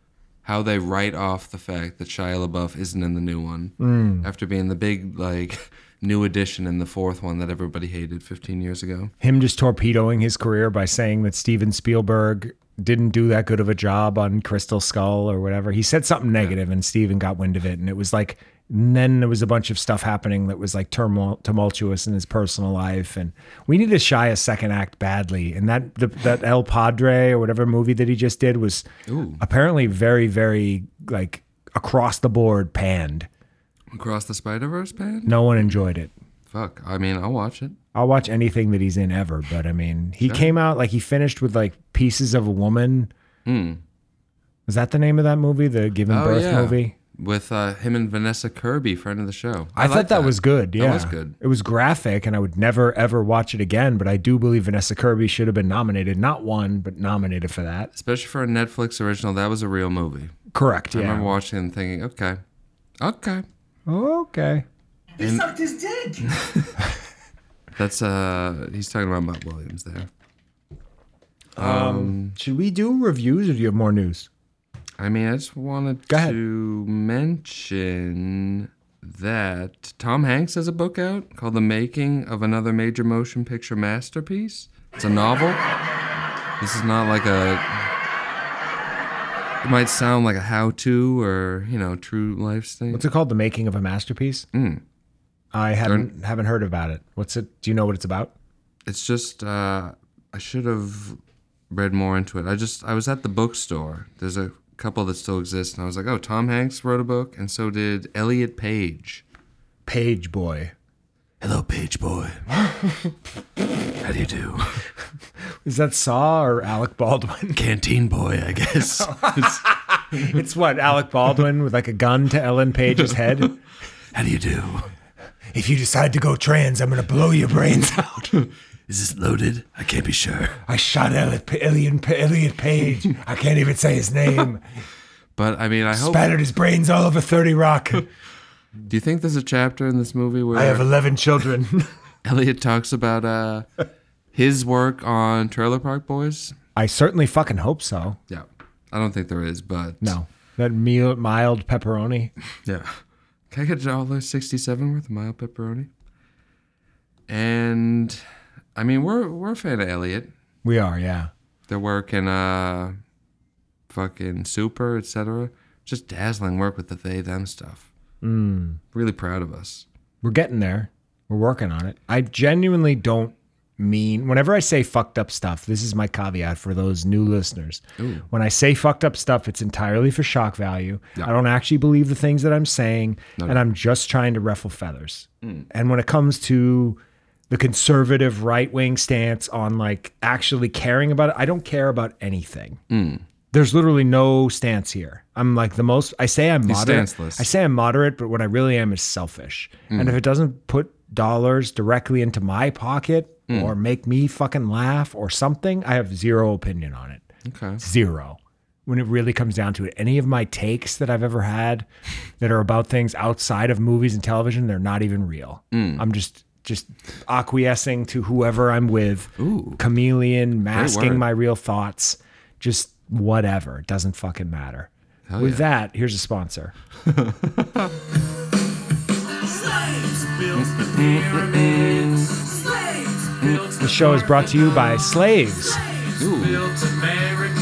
how they write off the fact that Shia LaBeouf isn't in the new one Mm. after being the big like new addition in the fourth one that everybody hated 15 years ago. him just torpedoing his career by saying that Steven Spielberg didn't do that good of a job on Crystal Skull or whatever. He said something negative and Steven got wind of it. And it was like, and then there was a bunch of stuff happening that was like turmul- tumultuous in his personal life. And we need to shy a second act badly. And that, the, that El Padre or whatever movie that he just did was apparently very, very like across the board panned. Across the Spider Verse, man. No one enjoyed it. Fuck. I mean, I'll watch it. I'll watch anything that he's in ever, but I mean, he came out like he finished with like Pieces of a Woman. Was that the name of that movie, the Giving Hmm. Oh, Birth yeah. movie? With uh, him and Vanessa Kirby, friend of the show. I, thought like that, was good. Yeah, That was good. It was graphic, and I would never ever watch it again. But I do believe Vanessa Kirby should have been nominated, not won, but nominated for that. Especially for a Netflix original, that was a real movie. Correct. I remember Yeah. watching and thinking, okay, okay. Okay. He sucked his dick. That's uh, he's talking about Matt Williams there. Should we do reviews, or do you have more news? I mean, I just wanted Go ahead. to mention that Tom Hanks has a book out called The Making of Another Major Motion Picture Masterpiece. It's a novel. This is not like a. It might sound like a how to or, you know, true life thing. What's it called? The Making of a Masterpiece. Hmm. I haven't haven't heard about it. What's it? Do you know what it's about? It's just, uh, I should have read more into it. I just, I was at the bookstore. There's a couple that still exist. And I was like, oh, Tom Hanks wrote a book, and so did Elliot Page. Page Boy. Hello, page boy. How do you do? Is that Saw or Alec Baldwin? [laughs] Canteen boy, I guess. it's what Alec Baldwin with like a gun to Ellen Page's head. How do you do? If you decide to go trans, I'm gonna blow your brains out. [laughs] Is this loaded? I can't be sure. I shot Elliot, Elliot, Elliot Page. I can't even say his name. But I mean, I hope. his brains all over [laughs] 30 Rock. Do you think there's a chapter in this movie where 11 children. [laughs] Elliot talks about uh, his work on Trailer Park Boys? I certainly fucking hope so. Yeah, I don't think there is, but No. That meal, mild pepperoni. Yeah. [laughs] Can I get a dollar sixty-seven worth of mild pepperoni? And I mean, we're we're a fan of Elliot. We are, yeah. their work in uh fucking super etc just dazzling work with the they them stuff mm. really proud of us We're getting there. We're working on it. I genuinely don't mean, whenever I say fucked up stuff, this is my caveat for those new listeners. When I say fucked up stuff, it's entirely for shock value. I don't actually believe the things that I'm saying, and I'm just trying to ruffle feathers. And when it comes to the conservative right wing stance on like actually caring about it, I don't care about anything. There's literally no stance here. I'm like the most. I say I'm moderate. stanceless. I say I'm moderate, but what I really am is selfish. And if it doesn't put dollars directly into my pocket or make me fucking laugh or something, I have zero opinion on it. okay Zero. When it really comes down to it, any of my takes that I've ever had that are about things outside of movies and television, they're not even real. Mm. I'm just just acquiescing to whoever I'm with. Ooh. Chameleon, masking word. my real thoughts, just whatever. It doesn't fucking matter. with that, here's a sponsor. Slaves built the pyramids. Slaves built The show is brought to you by Slaves. Ooh. built America.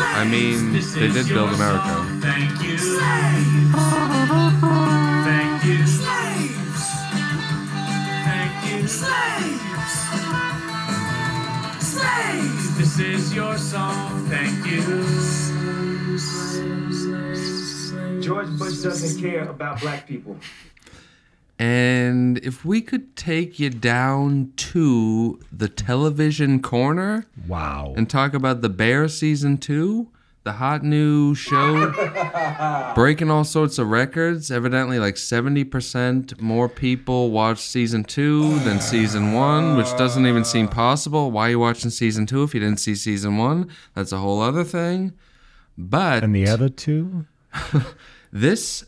i mean they did build america Thank you. Slaves. Thank you. Slaves. Thank you. Slaves. Slaves. This is your song. Thank you. George Bush doesn't care about black people. and if we could take you down to the television corner Wow. and talk about the bear season two the hot new show breaking all sorts of records evidently like 70% more people watch season two than season one which doesn't even seem possible why are you watching season two if you didn't see season one that's a whole other thing but And the other two? this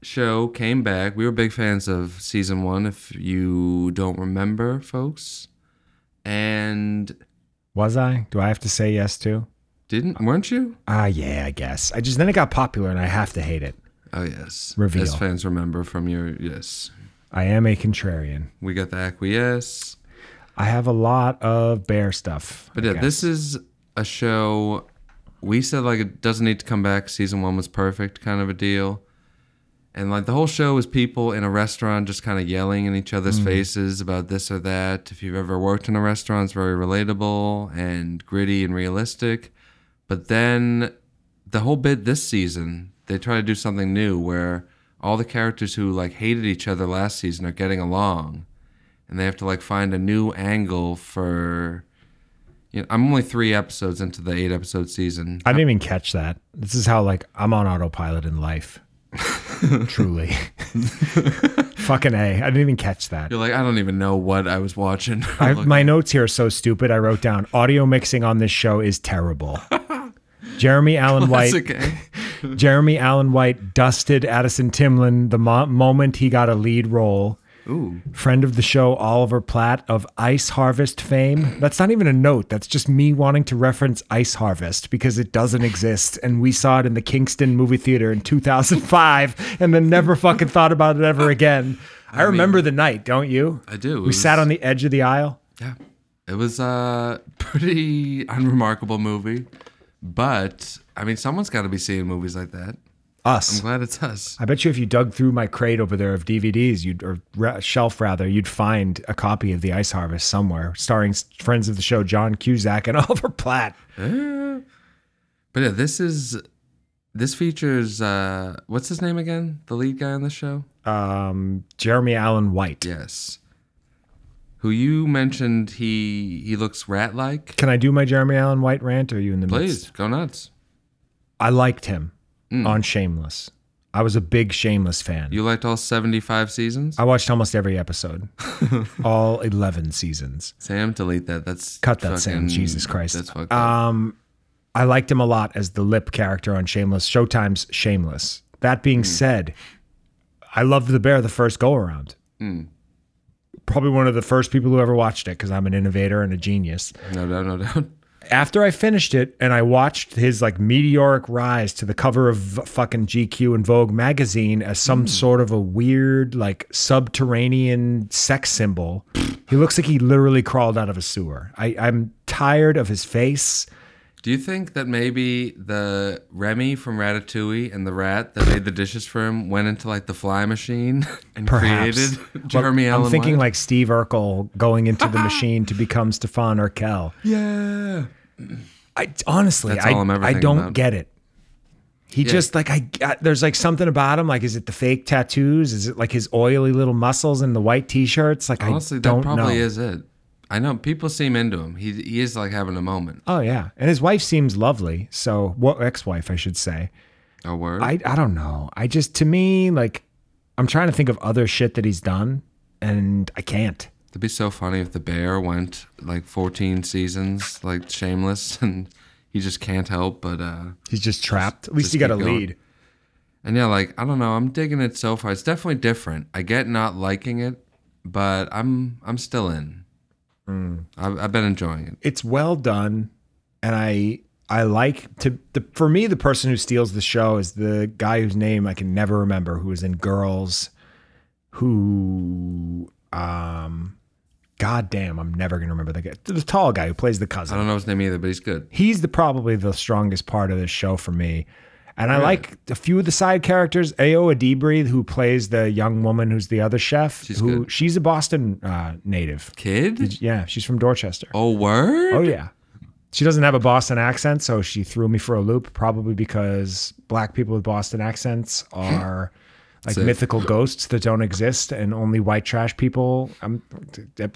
show came back. We were big fans of season one, if you don't remember, folks. And Was I? Do I have to say yes to? didn't weren't you? Ah, yeah, I guess. I just then it got popular and I have to hate it. Oh yes. Reveal. As fans remember from your yes. I am a contrarian. We got the acquiesce. I have a lot of bear stuff. But I yeah, guess. this is a show we said like it doesn't need to come back. Season one was perfect, kind of a deal. And like the whole show is people in a restaurant just kind of yelling in each other's faces about this or that. If you've ever worked in a restaurant, it's very relatable and gritty and realistic. But then the whole bit this season, they try to do something new where all the characters who like hated each other last season are getting along, and they have to like find a new angle for. You know, I'm only three episodes into the eight episode season. I didn't even catch that. This is how like I'm on autopilot [laughs] in life. Truly. [laughs] Fucking A. I didn't even catch that. You're like, I don't even know what I was watching. [laughs] I, Look, my notes here are so stupid. I wrote down audio mixing on this show [laughs] is terrible. Jeremy Allen that's White. okay. Jeremy Allen White dusted Addison Timlin the mo- moment he got a lead role. Ooh, Friend of the show, Oliver Platt of Ice Harvest fame. That's not even a note. That's just me wanting to reference Ice Harvest because it doesn't exist. And we saw it in the Kingston movie theater in 2005 [laughs] and then never fucking thought about it ever again. I, remember the night, don't you? I do. It We was- sat on the edge of the aisle. Yeah. It was a pretty unremarkable movie, but I mean, someone's got to be seeing movies like that. Us. I'm glad it's us. I bet you if you dug through my crate over there of DVDs, you'd or re- shelf rather, you'd find a copy of The Ice Harvest somewhere, starring s- friends of the show John Cusack and [laughs] Oliver Platt. Eh. But yeah, this is this features uh what's his name again? The lead guy on the show? Um, Jeremy Allen White. Yes. Who you mentioned he he looks rat like? Can I do my Jeremy Allen White rant? Or are you in the Please midst? go nuts. I liked him on Shameless. I was a big Shameless fan. You liked all 75 seasons? I watched almost [laughs] every episode, all eleven seasons. Sam, delete that. That's Cut that, fucking- Sam. Jesus Christ. That's fucked up. Um, I liked him a lot as the lip character on Shameless. Showtime's Shameless. That being said, I loved the bear the first go around. Probably one of the first people who ever watched it because I'm an innovator and a genius. No doubt, no doubt. After I finished it and I watched his like meteoric rise to the cover of v- fucking GQ and Vogue magazine as some sort of a weird like subterranean sex symbol, he looks like he literally crawled out of a sewer. I, I'm tired of his face. Do you think that maybe the Remy from Ratatouille and the rat that made the dishes for him went into like the fly machine [laughs] and Perhaps. [laughs] created [laughs] Jeremy Look, Allen? I'm thinking White? like Steve Urkel going [laughs] into the machine to become Stefan Urkel. yeah. I honestly, That's I, all I'm ever I thinking don't about. get it. He just like I, I there's like something about him. Like, is it the fake tattoos? Is it like his oily little muscles and the white t-shirts? Like, Honestly, I don't that probably know. is it. I know people seem into him. He he is like having a moment. Oh yeah, and his wife seems lovely. So, what ex-wife, I should say. A word. I I don't know. I just to me like I'm trying to think of other shit that he's done, and I can't. It'd be so funny if the bear went like 14 seasons, like shameless, [laughs] and he just can't help but uh He's just trapped. At just least he got a keep going. lead. And yeah, like I don't know, I'm digging it so far. It's definitely different. I get not liking it, but I'm I'm still in. Mm. I've, I've been enjoying it. it's well done and i i like to the for me the person who steals the show is the guy whose name i can never remember who was in girls who um god damn i'm never gonna remember the guy the tall guy who plays the I cousin don't know his name either, but he's good. he's the probably the strongest part of this show for me and I like a few of the side characters. Ao Adibri, who plays the young woman who's the other chef, She's who good. she's a Boston uh, native. Kid? Yeah, she's from Dorchester. Oh, word? [laughs] Oh yeah. She doesn't have a Boston accent, so she threw me for a loop, probably because black people with Boston accents [laughs] are like Sick. mythical ghosts that don't exist and only white trash people. I'm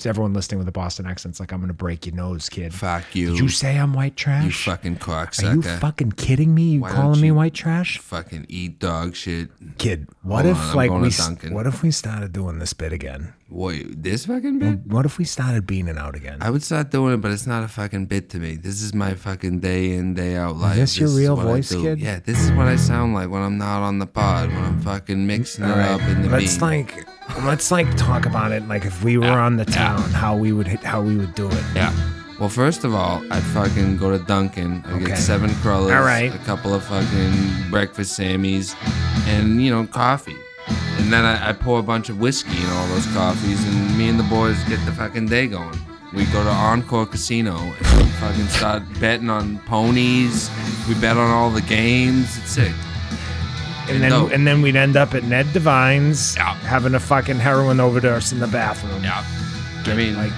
everyone listening with a Boston accent's like, I'm gonna break your nose, kid. Fuck you. Oh, Did you say I'm white You trash? fucking cocksucker. are you fucking kidding me? You Why calling don't me you- white trash? Fucking eat dog shit. Kid, what Hold if on, I'm like going we to s- Dunkin'. what if we started doing this bit again? Wait, this fucking bit? What if we started beaning out again? I would start doing it, but it's not a fucking bit to me. This is my fucking day in, day out life. this your is real what I voice, do. kid? Yeah, this is what I sound like when I'm not on the pod, when I'm fucking mixing it All right, up in the let's beat. like let's like talk about it like if we were on the town how we would hit, how we would do it Yeah. Well, first of all, I'd fucking go to Dunkin'. I'd Okay. get seven crullers, All right. a couple of fucking breakfast sammies, and, you know, coffee. And then I, I pour a bunch of whiskey in all those coffees, and me and the boys get the fucking day going. We go to Encore Casino and we fucking start betting on ponies. We bet on all the games. It's sick. and then dope. and then we'd end up at Ned Devine's Yeah. having a fucking heroin overdose in the bathroom yeah. I mean, like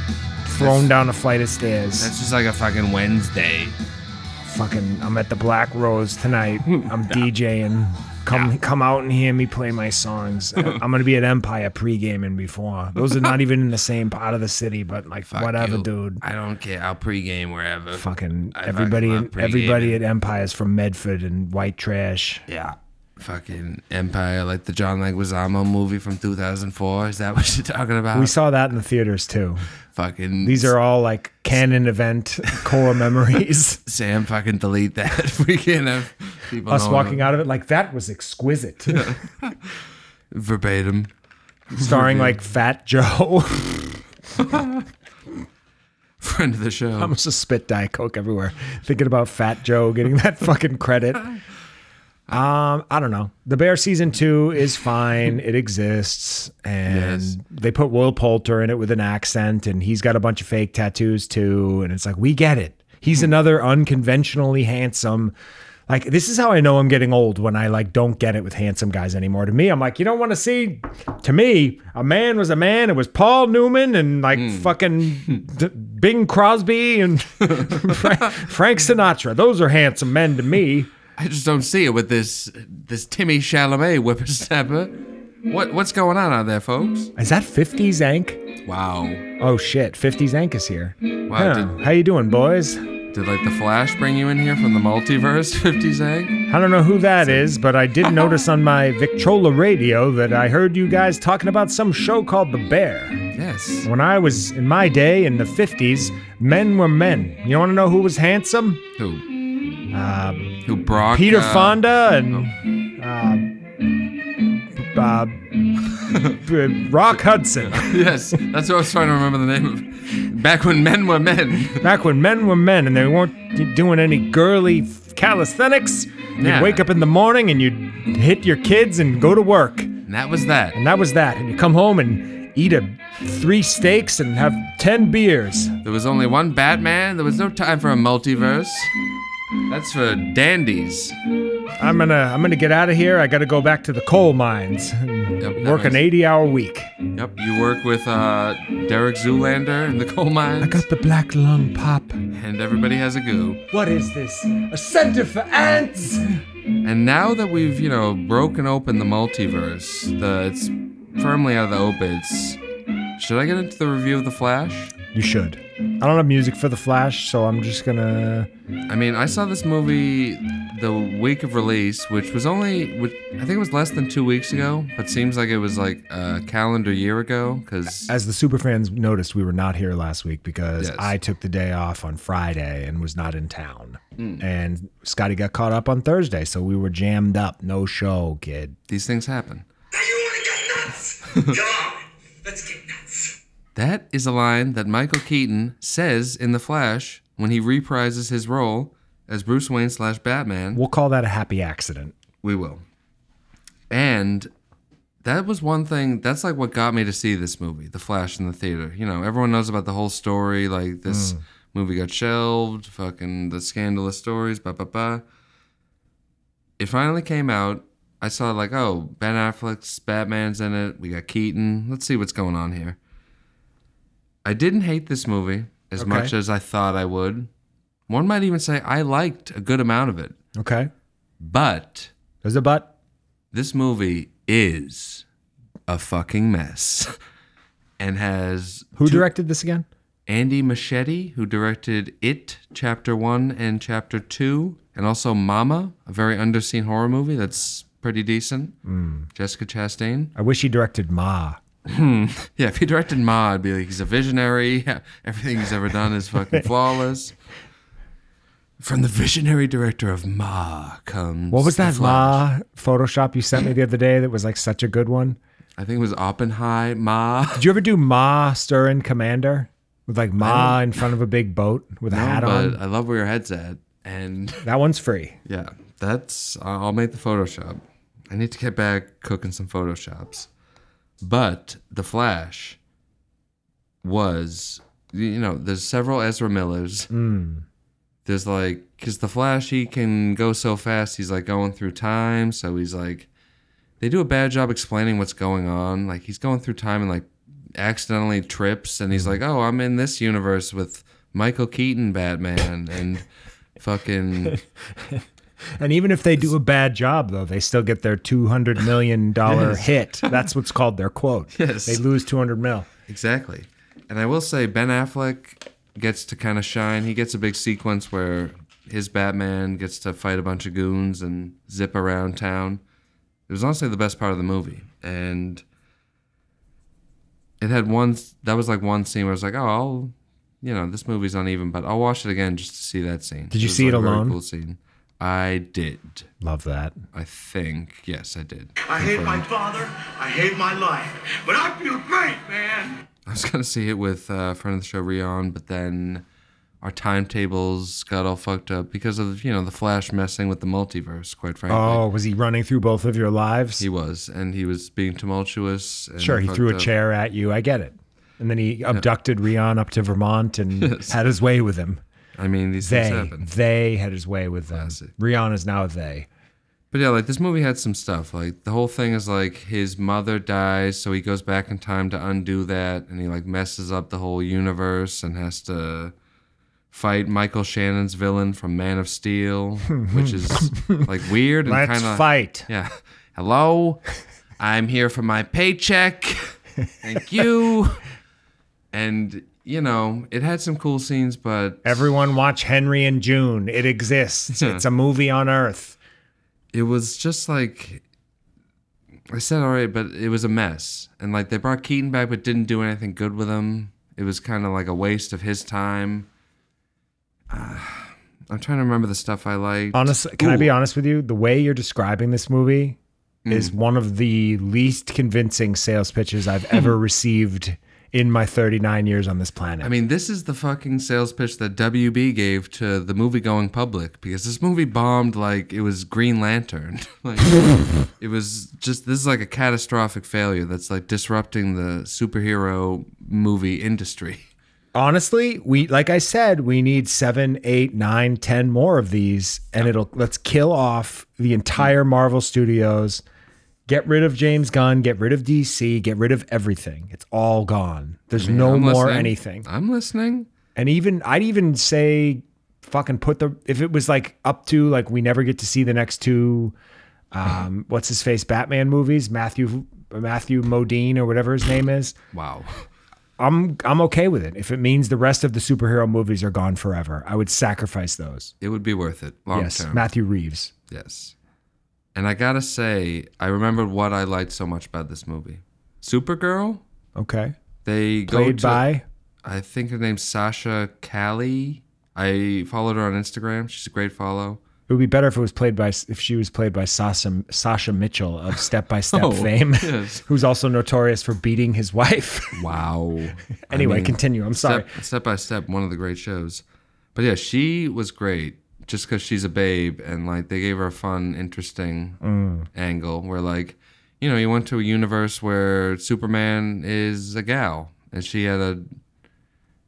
thrown down a flight of stairs that's just like a fucking Wednesday. Hmm. fucking I'm at the Black Rose tonight I'm DJing Come come out and hear me play my songs. [laughs] I'm gonna be at Empire pregame and before. Those are not even in the same part of the city, but like Fuck whatever, you. dude. I don't care. I'll pregame wherever. Fucking I fucking everybody, love in- pregame. everybody at Empire's from Medford and white trash. Yeah. Fucking Empire, like the John Leguizamo movie from 2004. Is that what you're talking about? We saw that in the theaters too. fucking These are all like canon event [laughs] core memories. Sam. Fucking delete that. [laughs] we can't have people Us knowing walking out of it like that [laughs] was exquisite. verbatim. Starring like Fat Joe. [laughs] Friend of the show. I almost just spit Diet Coke everywhere. Thinking about Fat Joe getting that fucking [laughs] credit. Um, I don't know. The Bear season two is fine. It exists, and Yes. they put Will Poulter in it with an accent, and he's got a bunch of fake tattoos too. And it's like we get it. He's another unconventionally handsome. Like this is how I know I'm getting old when I like don't get it with handsome guys anymore. To me, I'm like, you don't want to see. To me, a man was a man. It was Paul Newman and like fucking D- Bing Crosby and [laughs] Fra- Frank Sinatra. Those are handsome men to me. I just don't see it with this this Timmy Chalamet whippersnapper. What what's going on out there, folks? Is that 50s Ank? Wow. Oh shit, 50s Ank is here. Wow. Huh. How you doing, boys? Did, did like the Flash bring you in here from the multiverse, [laughs] 50 Zang? I don't know who that is, but [laughs] I did notice on my Victrola radio that I heard you guys talking about some show called The Bear. Yes. When I was in my day in the 50s, men were men. You want to know who was handsome? Who? Uh, Who Brock? Peter uh, Fonda and uh, uh, b- uh, [laughs] [laughs] Rock Hudson. Yes, that's what I was trying to remember the name of. Back when men were men. Back when men were men and they weren't doing any girly calisthenics, you'd Yeah. wake up in the morning and you'd hit your kids and go to work. And And that was that. that was that. And you come home and eat a, three steaks and have 10 beers. There was only one Batman. There was no time for a multiverse. That's for dandies. I'm gonna I'm gonna get out of here. I gotta go back to the coal mines and Yep, that work an makes- 80 hour week. Yep, you work with uh, Derek Zoolander in the coal mines, the black lung pop. and everybody has a goo. What is this? A center for ants? And now that we've, you know, broken open the multiverse, the it's firmly out of the opens. Should I get into the review of the Flash? You should. I don't have music for the flash, so I'm just gonna I mean, I saw this movie the week of release, which was only, which I think it was less than two weeks ago, but seems like it was like a calendar year ago. Because as the superfans noticed, we were not here last week because Yes. I took the day off on Friday and was not in town. Hmm. And Scotty got caught up on Thursday, so we were jammed up. No show, kid. these things happen. Now you want to get nuts? Come on, let's get nuts. That is a line that Michael Keaton says in The Flash when he reprises his role as Bruce Wayne slash Batman. We'll call that a happy accident. We will. And that was one thing. That's like what got me to see this movie, The Flash, in the theater. You know, everyone knows about the whole story. Like this movie got shelved. Fucking the scandalous stories. Ba ba ba. It finally came out. I saw like, oh, Ben Affleck's Batman's in it. We got Keaton. Let's see what's going on here. I didn't hate this movie as Okay. much as I thought I would. One might even say I liked a good amount of it, Okay. but There's a but. this movie is a fucking mess [laughs] and has Who two- directed this again? Andy Machete, who directed It, Chapter 1 and Chapter 2, and also Mama, a very underseen horror movie that's pretty decent. Mm. Jessica Chastain. I wish he directed Ma. Yeah, if he directed Ma, I'd be like, he's a visionary. [laughs] Everything he's ever done [laughs] is fucking flawless. From the visionary director of Ma comes. What was The that Flash. Ma Photoshop you sent me the other day that was like such a good one? I think it was Oppenheimer. Ma. [laughs] Did you ever do Ma Stir and Commander? With like Ma in front of a big boat with a hat but on? I love where your head's at. And That one's free. yeah, that's I'll I'll make the Photoshop. I need to get back cooking some Photoshops. But the Flash was, you know, there's several Ezra Millers. There's like, because the Flash, he can go so fast, he's like going through time. So he's like, they do a bad job explaining what's going on. Like he's going through time and like accidentally trips, and he's like, "Oh, I'm in this universe with Michael Keaton Batman and fucking And even if they do a bad job, though, they still get their two hundred [laughs] million dollar Yes. hit. That's what's called their quote. Yes. They lose two hundred mil. Exactly. And I will say Ben Affleck gets to kind of shine. He gets a big sequence where his Batman gets to fight a bunch of goons and zip around town. It was honestly the best part of the movie. And it had one that was like one scene where I was like, "Oh, I'll, you know, this movie's uneven, but I'll watch it again just to see that scene." Did you was, see it like, a very alone? Cool scene. I did. Love that. I think yes, I did. I hate my father. I hate my life. But I feel great, man. I was gonna see it with uh, friend of the show Rion, but then our timetables got all fucked up because of you know the Flash messing with the multiverse. Quite frankly, Oh, was he running through both of your lives? he was, and he was being tumultuous. And sure, he fucked threw a up. chair at you. I get it. And then he abducted Rion up to [laughs] Vermont and had his way with him. I mean, these They, things happen. they had his way with them. Classic. Rion is now a they. But yeah, like this movie had some stuff. Like the whole thing is like his mother dies, so he goes back in time to undo that, and he like messes up the whole universe and has to fight Michael Shannon's villain from Man of [laughs] Steel, which is like weird and Let's kind of fight. Yeah. Hello, I'm here for my paycheck. Thank you. And you know, it had some cool scenes, but Everyone watch Henry and June. It exists. it's a movie on Earth. it was just like I said all right, but it was a mess. And like they brought Keaton back but didn't do anything good with him. It was kind of like a waste of his time. [sighs] Uh, I'm trying to remember the stuff I liked. Honestly, can I be Ooh, honest with you? The way you're describing this movie is Mm. one of the least convincing sales pitches I've ever received in my 39 years on this planet. Hmm. I mean, this is the fucking sales pitch that WB gave to the movie going public because this movie bombed like it was Green Lantern. [laughs] like it was just this is like a catastrophic failure that's like disrupting the superhero movie industry. honestly we like i said we need seven eight nine ten more of these and it'll let's kill off the Hmm. entire marvel studios get rid of james gunn get rid of dc get rid of everything it's all gone there's no I'm more listening. anything I'm listening. and even i'd even say fucking put the if it was like up to like we never get to see the next two Mm-hmm. um what's his face batman movies matthew matthew modine or whatever his name is Wow. I'm I'm okay with it if it means the rest of the superhero movies are gone forever. I would sacrifice those. It would be worth it long yes, term. Matthew Reeves. yes. And I gotta say, I remembered what I liked so much about this movie. Supergirl. Okay, They go played to, by I think her name's Sasha Callie. I followed her on Instagram. She's a great follow. it would be better if it was played by if she was played by Sasha Sasha Mitchell of Step [laughs] by Step Oh, fame, yes. [laughs] who's also notorious for beating his wife. Wow. [laughs] anyway, I mean, continue. I'm sorry. Step, step by step, one of the great shows. But yeah, she was great just because she's a babe and like they gave her a fun, interesting Mm. angle where like, you know, you went to a universe where Superman is a gal and she had a,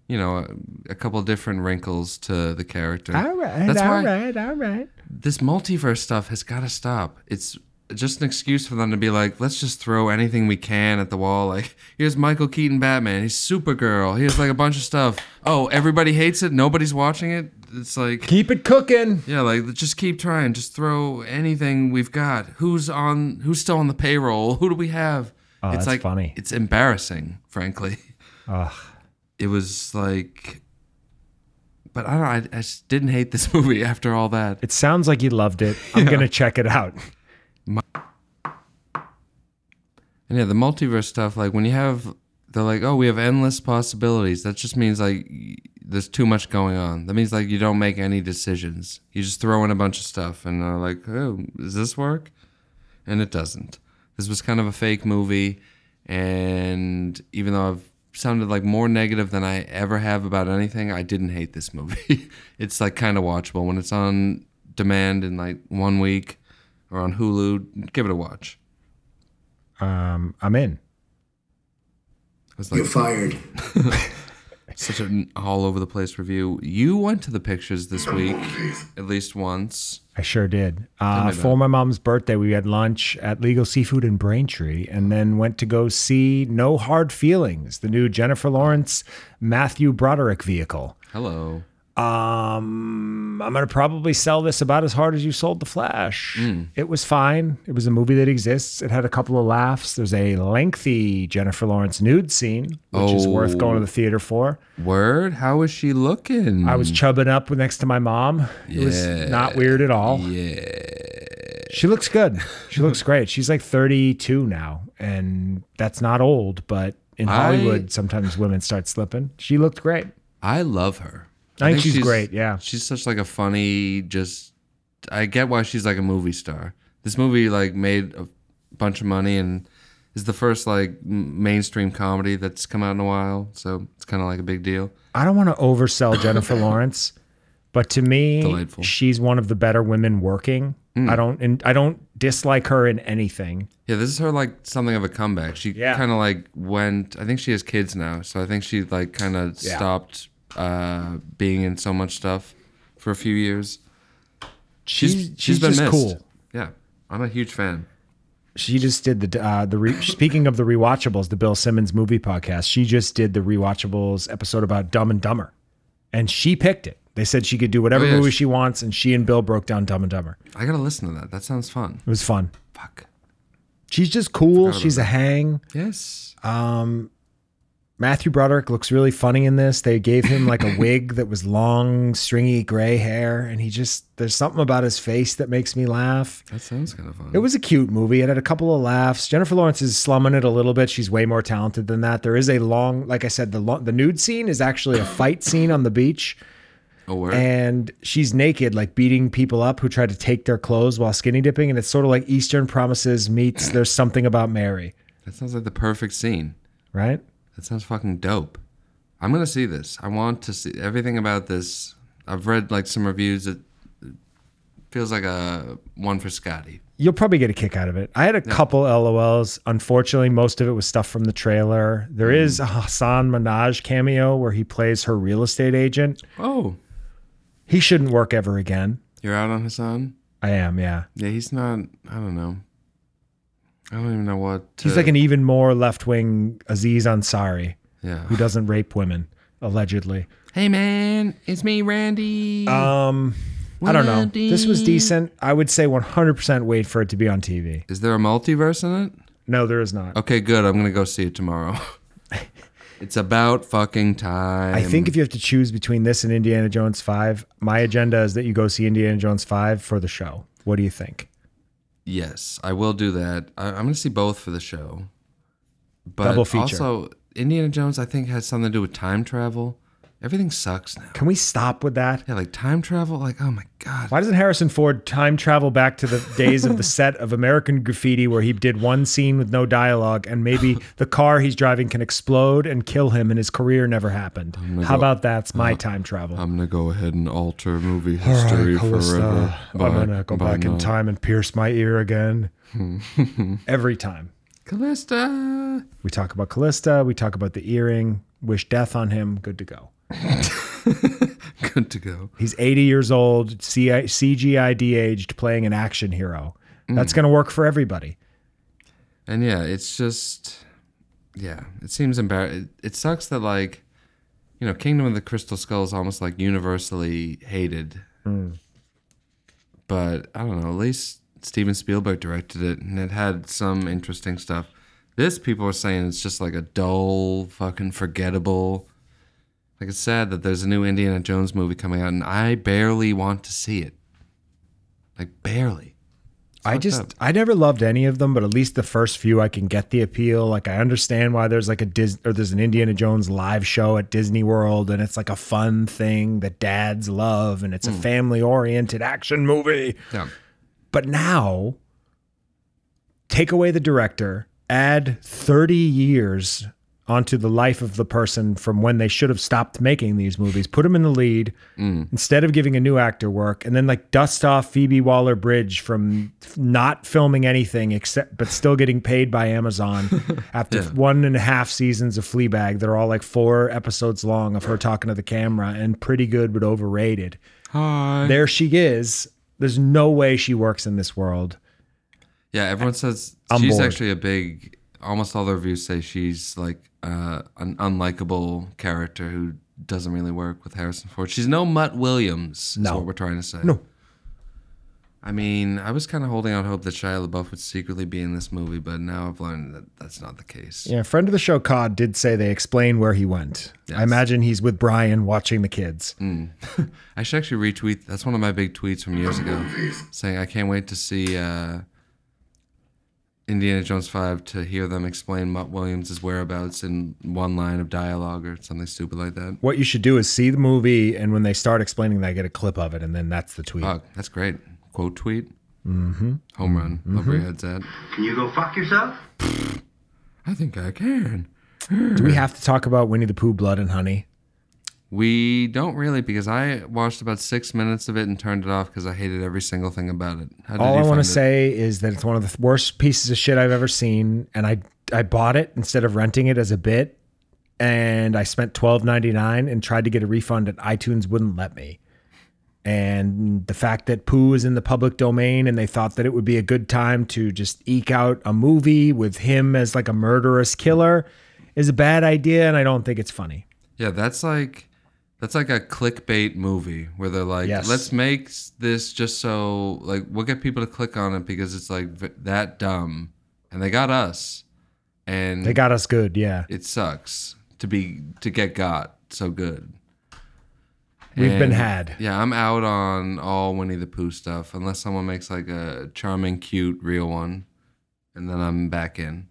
you know, a, a couple different wrinkles to the character. All right, That's all why- right, all right. this multiverse stuff has got to stop. It's just an excuse for them to be like, let's just throw anything we can at the wall. Like, here's Michael Keaton Batman. He's Supergirl. Here's like a bunch of stuff. Oh, everybody hates it. Nobody's watching it. It's like, Keep it cooking. yeah, like just keep trying. Just throw anything we've got. Who's on? Who's still on the payroll? Who do we have? Oh, it's that's like funny. It's embarrassing, frankly. Ugh. It was like, but I don't. know, I, I just didn't hate this [laughs] movie after all that. It sounds like you loved it. I'm gonna check it out. And yeah, the multiverse stuff, like when you have, they're like, oh, we have endless possibilities. That just means like y- there's too much going on. That means like you don't make any decisions. You just throw in a bunch of stuff and are like, oh, does this work? And it doesn't. This was kind of a fake movie. And even though I've sounded like more negative than I ever have about anything, I didn't hate this movie. [laughs] it's like kind of watchable when it's on demand in like one week or on Hulu. Give it a watch. Um, I'm in. I was like, You're fired. such an all over the place review. You went to the pictures this week at least once. I sure did. Uh, me for my mom's birthday, we had lunch at Legal Seafood in Braintree and then went to go see No Hard Feelings, the new Jennifer Lawrence Matthew Broderick vehicle. Hello. um, I'm going to probably sell this about as hard as you sold The Flash. Mm. It was fine. It was a movie that exists. It had a couple of laughs. There's a lengthy Jennifer Lawrence nude scene, which is worth Oh. going to the theater for. Word? How is she looking? I was chubbing up next to my mom. It was not weird at all. Yeah. She looks good. She [laughs] looks great. She's like 32 now, and that's not old, but in I- Hollywood, sometimes women start slipping. She looked great. I love her. I think she's great, yeah. She's such like a funny, just I get why she's like a movie star. This movie like made a bunch of money and is the first like m- mainstream comedy that's come out in a while, so it's kind of like a big deal. I don't want [laughs] to oversell Jennifer Lawrence, but to me, Delightful. Hmm. she's one of the better women working. I don't and I don't dislike her in anything. Yeah, this is her like something of a comeback. She Yeah. kind of like went. I think she has kids now, so I think she like kind of Yeah. stopped uh, being in so much stuff for a few years. She's she's been just missed. cool. Yeah, I'm a huge fan. She just did the uh, the re- speaking of the rewatchables, the Bill Simmons movie podcast. She just did the rewatchables episode about Dumb and Dumber, and she picked it. They said she could do whatever Oh, yeah. movie she wants, and she and Bill broke down Dumb and Dumber. I gotta listen to that. That sounds fun. It was fun. Fuck. She's just cool. She's a hang. Yes. Matthew Broderick looks really funny in this. They gave him like a wig that was long, stringy gray hair, and he just there's something about his face that makes me laugh. That sounds kind of fun. It was a cute movie. It had a couple of laughs. Jennifer Lawrence is slumming it a little bit. She's way more talented than that. There is a long, like I said, the lo- the nude scene is actually a fight scene on the beach, a word. and she's naked, like beating people up who try to take their clothes while skinny dipping, and it's sort of like Eastern Promises meets There's Something About Mary, that sounds like the perfect scene. right? That sounds fucking dope. I'm gonna see this. I want to see everything about this. I've read like some reviews. It feels like a one for Scotty. You'll probably get a kick out of it. I had a couple LOLs. Unfortunately, most of it was stuff from the trailer. There is a Hassan Minaj cameo where he plays her real estate agent. Oh, He shouldn't work ever again. you're out on Hassan. I am, yeah. Yeah, he's not. I don't know. I don't even know what. He's to- like an even more left wing Aziz Ansari yeah. who doesn't rape women, allegedly. Hey man, it's me, Randy. Um, I don't know. This was decent. I would say 100% wait for it to be on TV. is there a multiverse in it? No, there is not. Okay, good. I'm gonna go see it [laughs] tomorrow. it's about fucking time. I think if you have to choose between this and Indiana Jones 5, my agenda is that you go see Indiana Jones 5 for the show. What do you think? Yes, I will do that. I, I'm going to see both for the show. But Double feature. also, Indiana Jones, I think, has something to do with time travel. Everything sucks now. Can we stop with that? Yeah, like time travel. Like, oh my god. Why doesn't Harrison Ford time travel back to the days [laughs] of the set of American Graffiti where he did one scene with no dialogue and maybe the car he's driving can explode and kill him and his career never happened? How go- about that's Oh my Uh, time travel? I'm gonna go ahead and alter movie history forever. I'm gonna go back in time and pierce my ear [laughs] again. Every time Callista. [laughs] we talk about Callista, we talk about the earring, wish death on him, good to go. Good to go. He's 80 years old, CI CGI de aged, playing an action hero. That's gonna work for everybody. And yeah, it's just, yeah, it seems embarrassing. It, it sucks that like, you know, Kingdom of the Crystal Skull is almost like universally hated. But I don't know. At least Steven Spielberg directed it, and it had some interesting stuff. This people are saying it's just like a dull, fucking forgettable. Like it's sad that there's a new Indiana Jones movie coming out, and I barely want to see it. Like barely. I fucked just up. I never loved any of them, but at least the first few I can get the appeal. Like I understand why there's like a Dis or there's an Indiana Jones live show at Disney World, and it's like a fun thing that dads love, and it's a family oriented action movie. Hmm. Yeah. But now, take away the director, add 30 years onto the life of the person from when they should have stopped making these movies, put them in the lead instead of giving a new actor work, and then like dust off Phoebe Waller Bridge from not filming anything except but still getting paid by Amazon after one and a half seasons of Fleabag that are all like four episodes long of her talking to the camera and pretty good but overrated Hi. there she is. There's no way she works in this world. Yeah, everyone says I'm she's bored. actually a big almost all the reviews say she's like uh, an unlikable character who doesn't really work with Harrison Ford. She's no Mutt Williams. Is No. what we're trying to say. No. I mean, I was kind of holding out hope that Shia LaBeouf would secretly be in this movie, but now I've learned that that's not the case. Yeah, friend of the show, Cod, did say they explain where he went. Yes. I imagine he's with Brian watching the kids. I should actually retweet. That's one of my big tweets from years ago, saying I can't wait to see uh, Indiana Jones Five to hear them explain Mutt Williams' whereabouts in one line of dialogue or something stupid like that. What you should do is see the movie, and when they start explaining that, get a clip of it, and then that's the tweet. Fuck, that's great. Quote tweet. Mm-hmm. Home run. Love Mm-hmm. where your head's at. Can you go fuck yourself? I think I can. do we have to talk about Winnie the Pooh, Blood and Honey? We don't really because I watched about six minutes of it and turned it off because I hated every single thing about it. How did All you I want find it? to say is that it's one of the worst pieces of shit I've ever seen, and I I bought it instead of renting it as a bit, and I spent twelve ninety nine and tried to get a refund, and iTunes wouldn't let me. And the fact that Pooh is in the public domain, and they thought that it would be a good time to just eke out a movie with him as like a murderous killer, is a bad idea, and I don't think it's funny. Yeah, that's like that's like a clickbait movie where they're like, Yes. let's make s- this just so like we'll get people to click on it because it's like v- that dumb, and they got us, and They got us good, yeah. it sucks to be to get got so good. We've been And, had. Yeah, I'm out on all Winnie the Pooh stuff unless someone makes like a charming, cute, real one, and then I'm back in.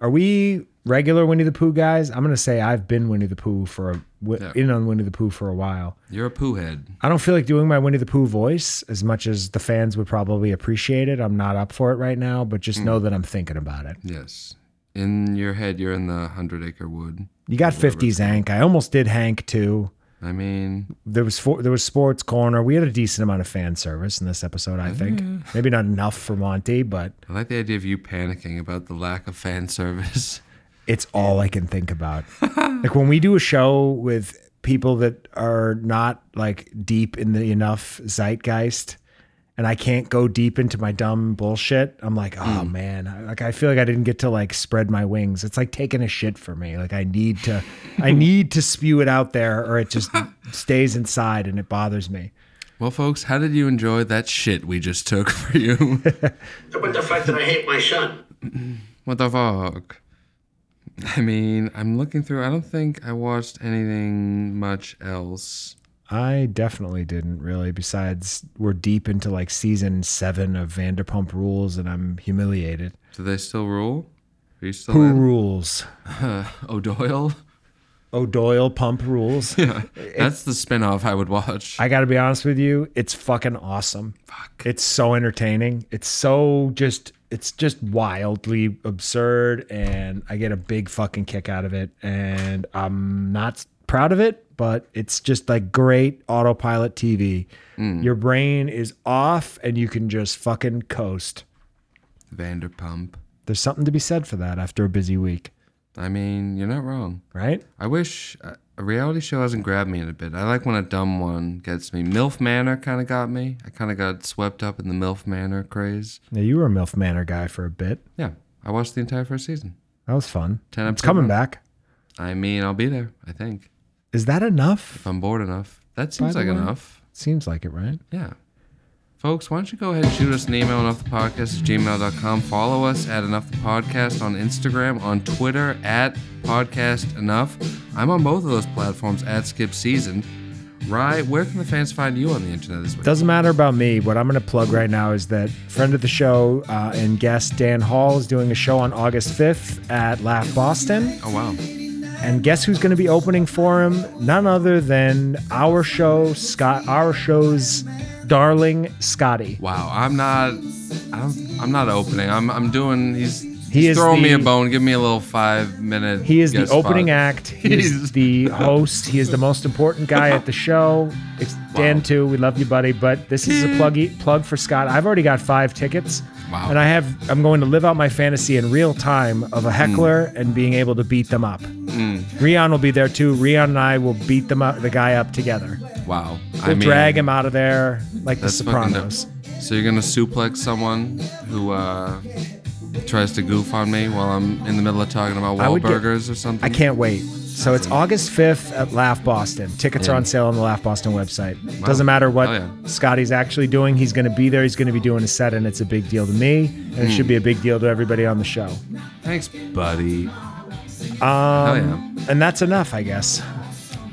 Are we regular Winnie the Pooh guys? I'm gonna say I've been Winnie the Pooh for a w- Yeah. in on Winnie the Pooh for a while. You're a poo head. I don't feel like doing my Winnie the Pooh voice as much as the fans would probably appreciate it. I'm not up for it right now, but just know that I'm thinking about it. Yes. In your head, you're in the hundred acre wood. You got 50s Hank. I almost did Hank too. I mean, There was four, there was Sports Corner. We had a decent amount of fan service in this episode, I think. Maybe not enough for Monty, but I like the idea of you panicking about the lack of fan [laughs] service. it's all I can think about. like when we do a show with people that are not like deep in the enough zeitgeist and I can't go deep into my dumb bullshit, I'm like, oh man, I- like I feel like I didn't get to like spread my wings. It's like taking a shit for me. Like I need to I need to spew it out there or it just stays inside and it bothers me. Well, folks, how did you enjoy that shit we just took [laughs] for [laughs] you? But the fact that I hate my son. [laughs] what the fuck? I mean, I'm looking through. I don't think I watched anything much else. I definitely didn't really. Besides, we're deep into like season seven of Vanderpump Rules, and I'm humiliated. Do they still rule? Are you still Who at- rules? O'Doyle? O'Doyle pump [laughs] rules. That's the spinoff I would watch. I got to be honest with you, it's fucking awesome. Fuck. It's so entertaining. It's so just it's just wildly absurd and I get a big fucking kick out of it and I'm not proud of it, but it's just like great autopilot TV. Hmm. Your brain is off and you can just fucking coast. Vanderpump. There's something to be said for that after a busy week, I mean, you're not wrong. right? I wish uh, a reality show hasn't grabbed me in a bit. I like when a dumb one gets me. MILF Manor kind of got me. I kind of got swept up in the MILF Manor craze. Now you were a MILF Manor guy for a bit. Yeah, I watched the entire first season. That was fun. Ten It's episodes coming in. back. I mean, I'll be there, I think. Is that enough? If I'm bored enough. That seems the like way- enough. Seems like it, right? Yeah. Folks, why don't you go ahead and shoot us an email on offthepodcast at gmail.com. Follow us at Enough the Podcast on Instagram, on Twitter at Podcast Enough. I'm on both of those platforms at Skip Season. Rye, where can the fans find you on the internet this week? Doesn't matter about me. What I'm going to plug right now is that friend of the show uh, and guest Dan Hall is doing a show on August 5th at Laugh Boston. oh, wow. And guess who's going to be opening for him? None other than our show, Scott, our show's darling Scotty. Wow, I'm not. I'm, I'm not opening. I'm, I'm doing. He's, He he's is throwing me a the- bone. Give me a little five minute. He is the guest spot. [laughs] opening act. He He's- is the host. He is the most important guy at the show. It's Dan too. We love you, buddy. But this is a plug plug for Scott. I've already got five tickets, Wow. and I have. I'm going to live out my fantasy in real time of Hmm. a heckler and being able to beat them up. Rion will be there too. Rion and I will beat them up, the guy up together. Wow. I We'll mean, drag him out of there like the that's fucking dope. Sopranos. So you're gonna suplex someone who uh, tries to goof on me while I'm in the middle of talking about I would get- Wahlburgers or something. I can't wait. So it's August 5th at Laugh Boston. Tickets are on sale on the Laugh Boston website. Doesn't matter what Oh, yeah. Scotty's actually doing, he's going to be there. He's going to be doing a set, and it's a big deal to me. And it Hmm. should be a big deal to everybody on the show. Thanks, buddy. Um, Hell yeah. And that's enough, I guess.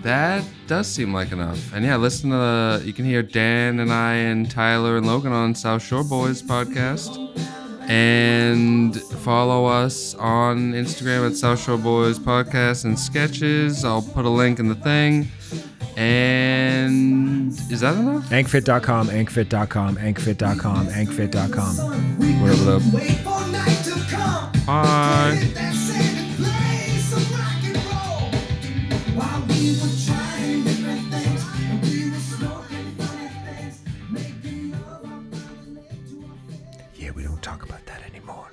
That does seem like enough. And yeah, listen to the, you can hear Dan and I and Tyler and Logan on South Shore Boys podcast. And follow us on Instagram at South Shore Boys Podcast and Sketches. I'll put a link in the thing. And is that enough? Ankfit.com, ankfit.com, ankfit.com, ankfit.com. What up, what Wait for night to come. up? Bye. Hit that sand and play some rock and roll. While we were trying different things, and we were smoking funny things, making love about the leg to our Yeah, we don't talk about that anymore.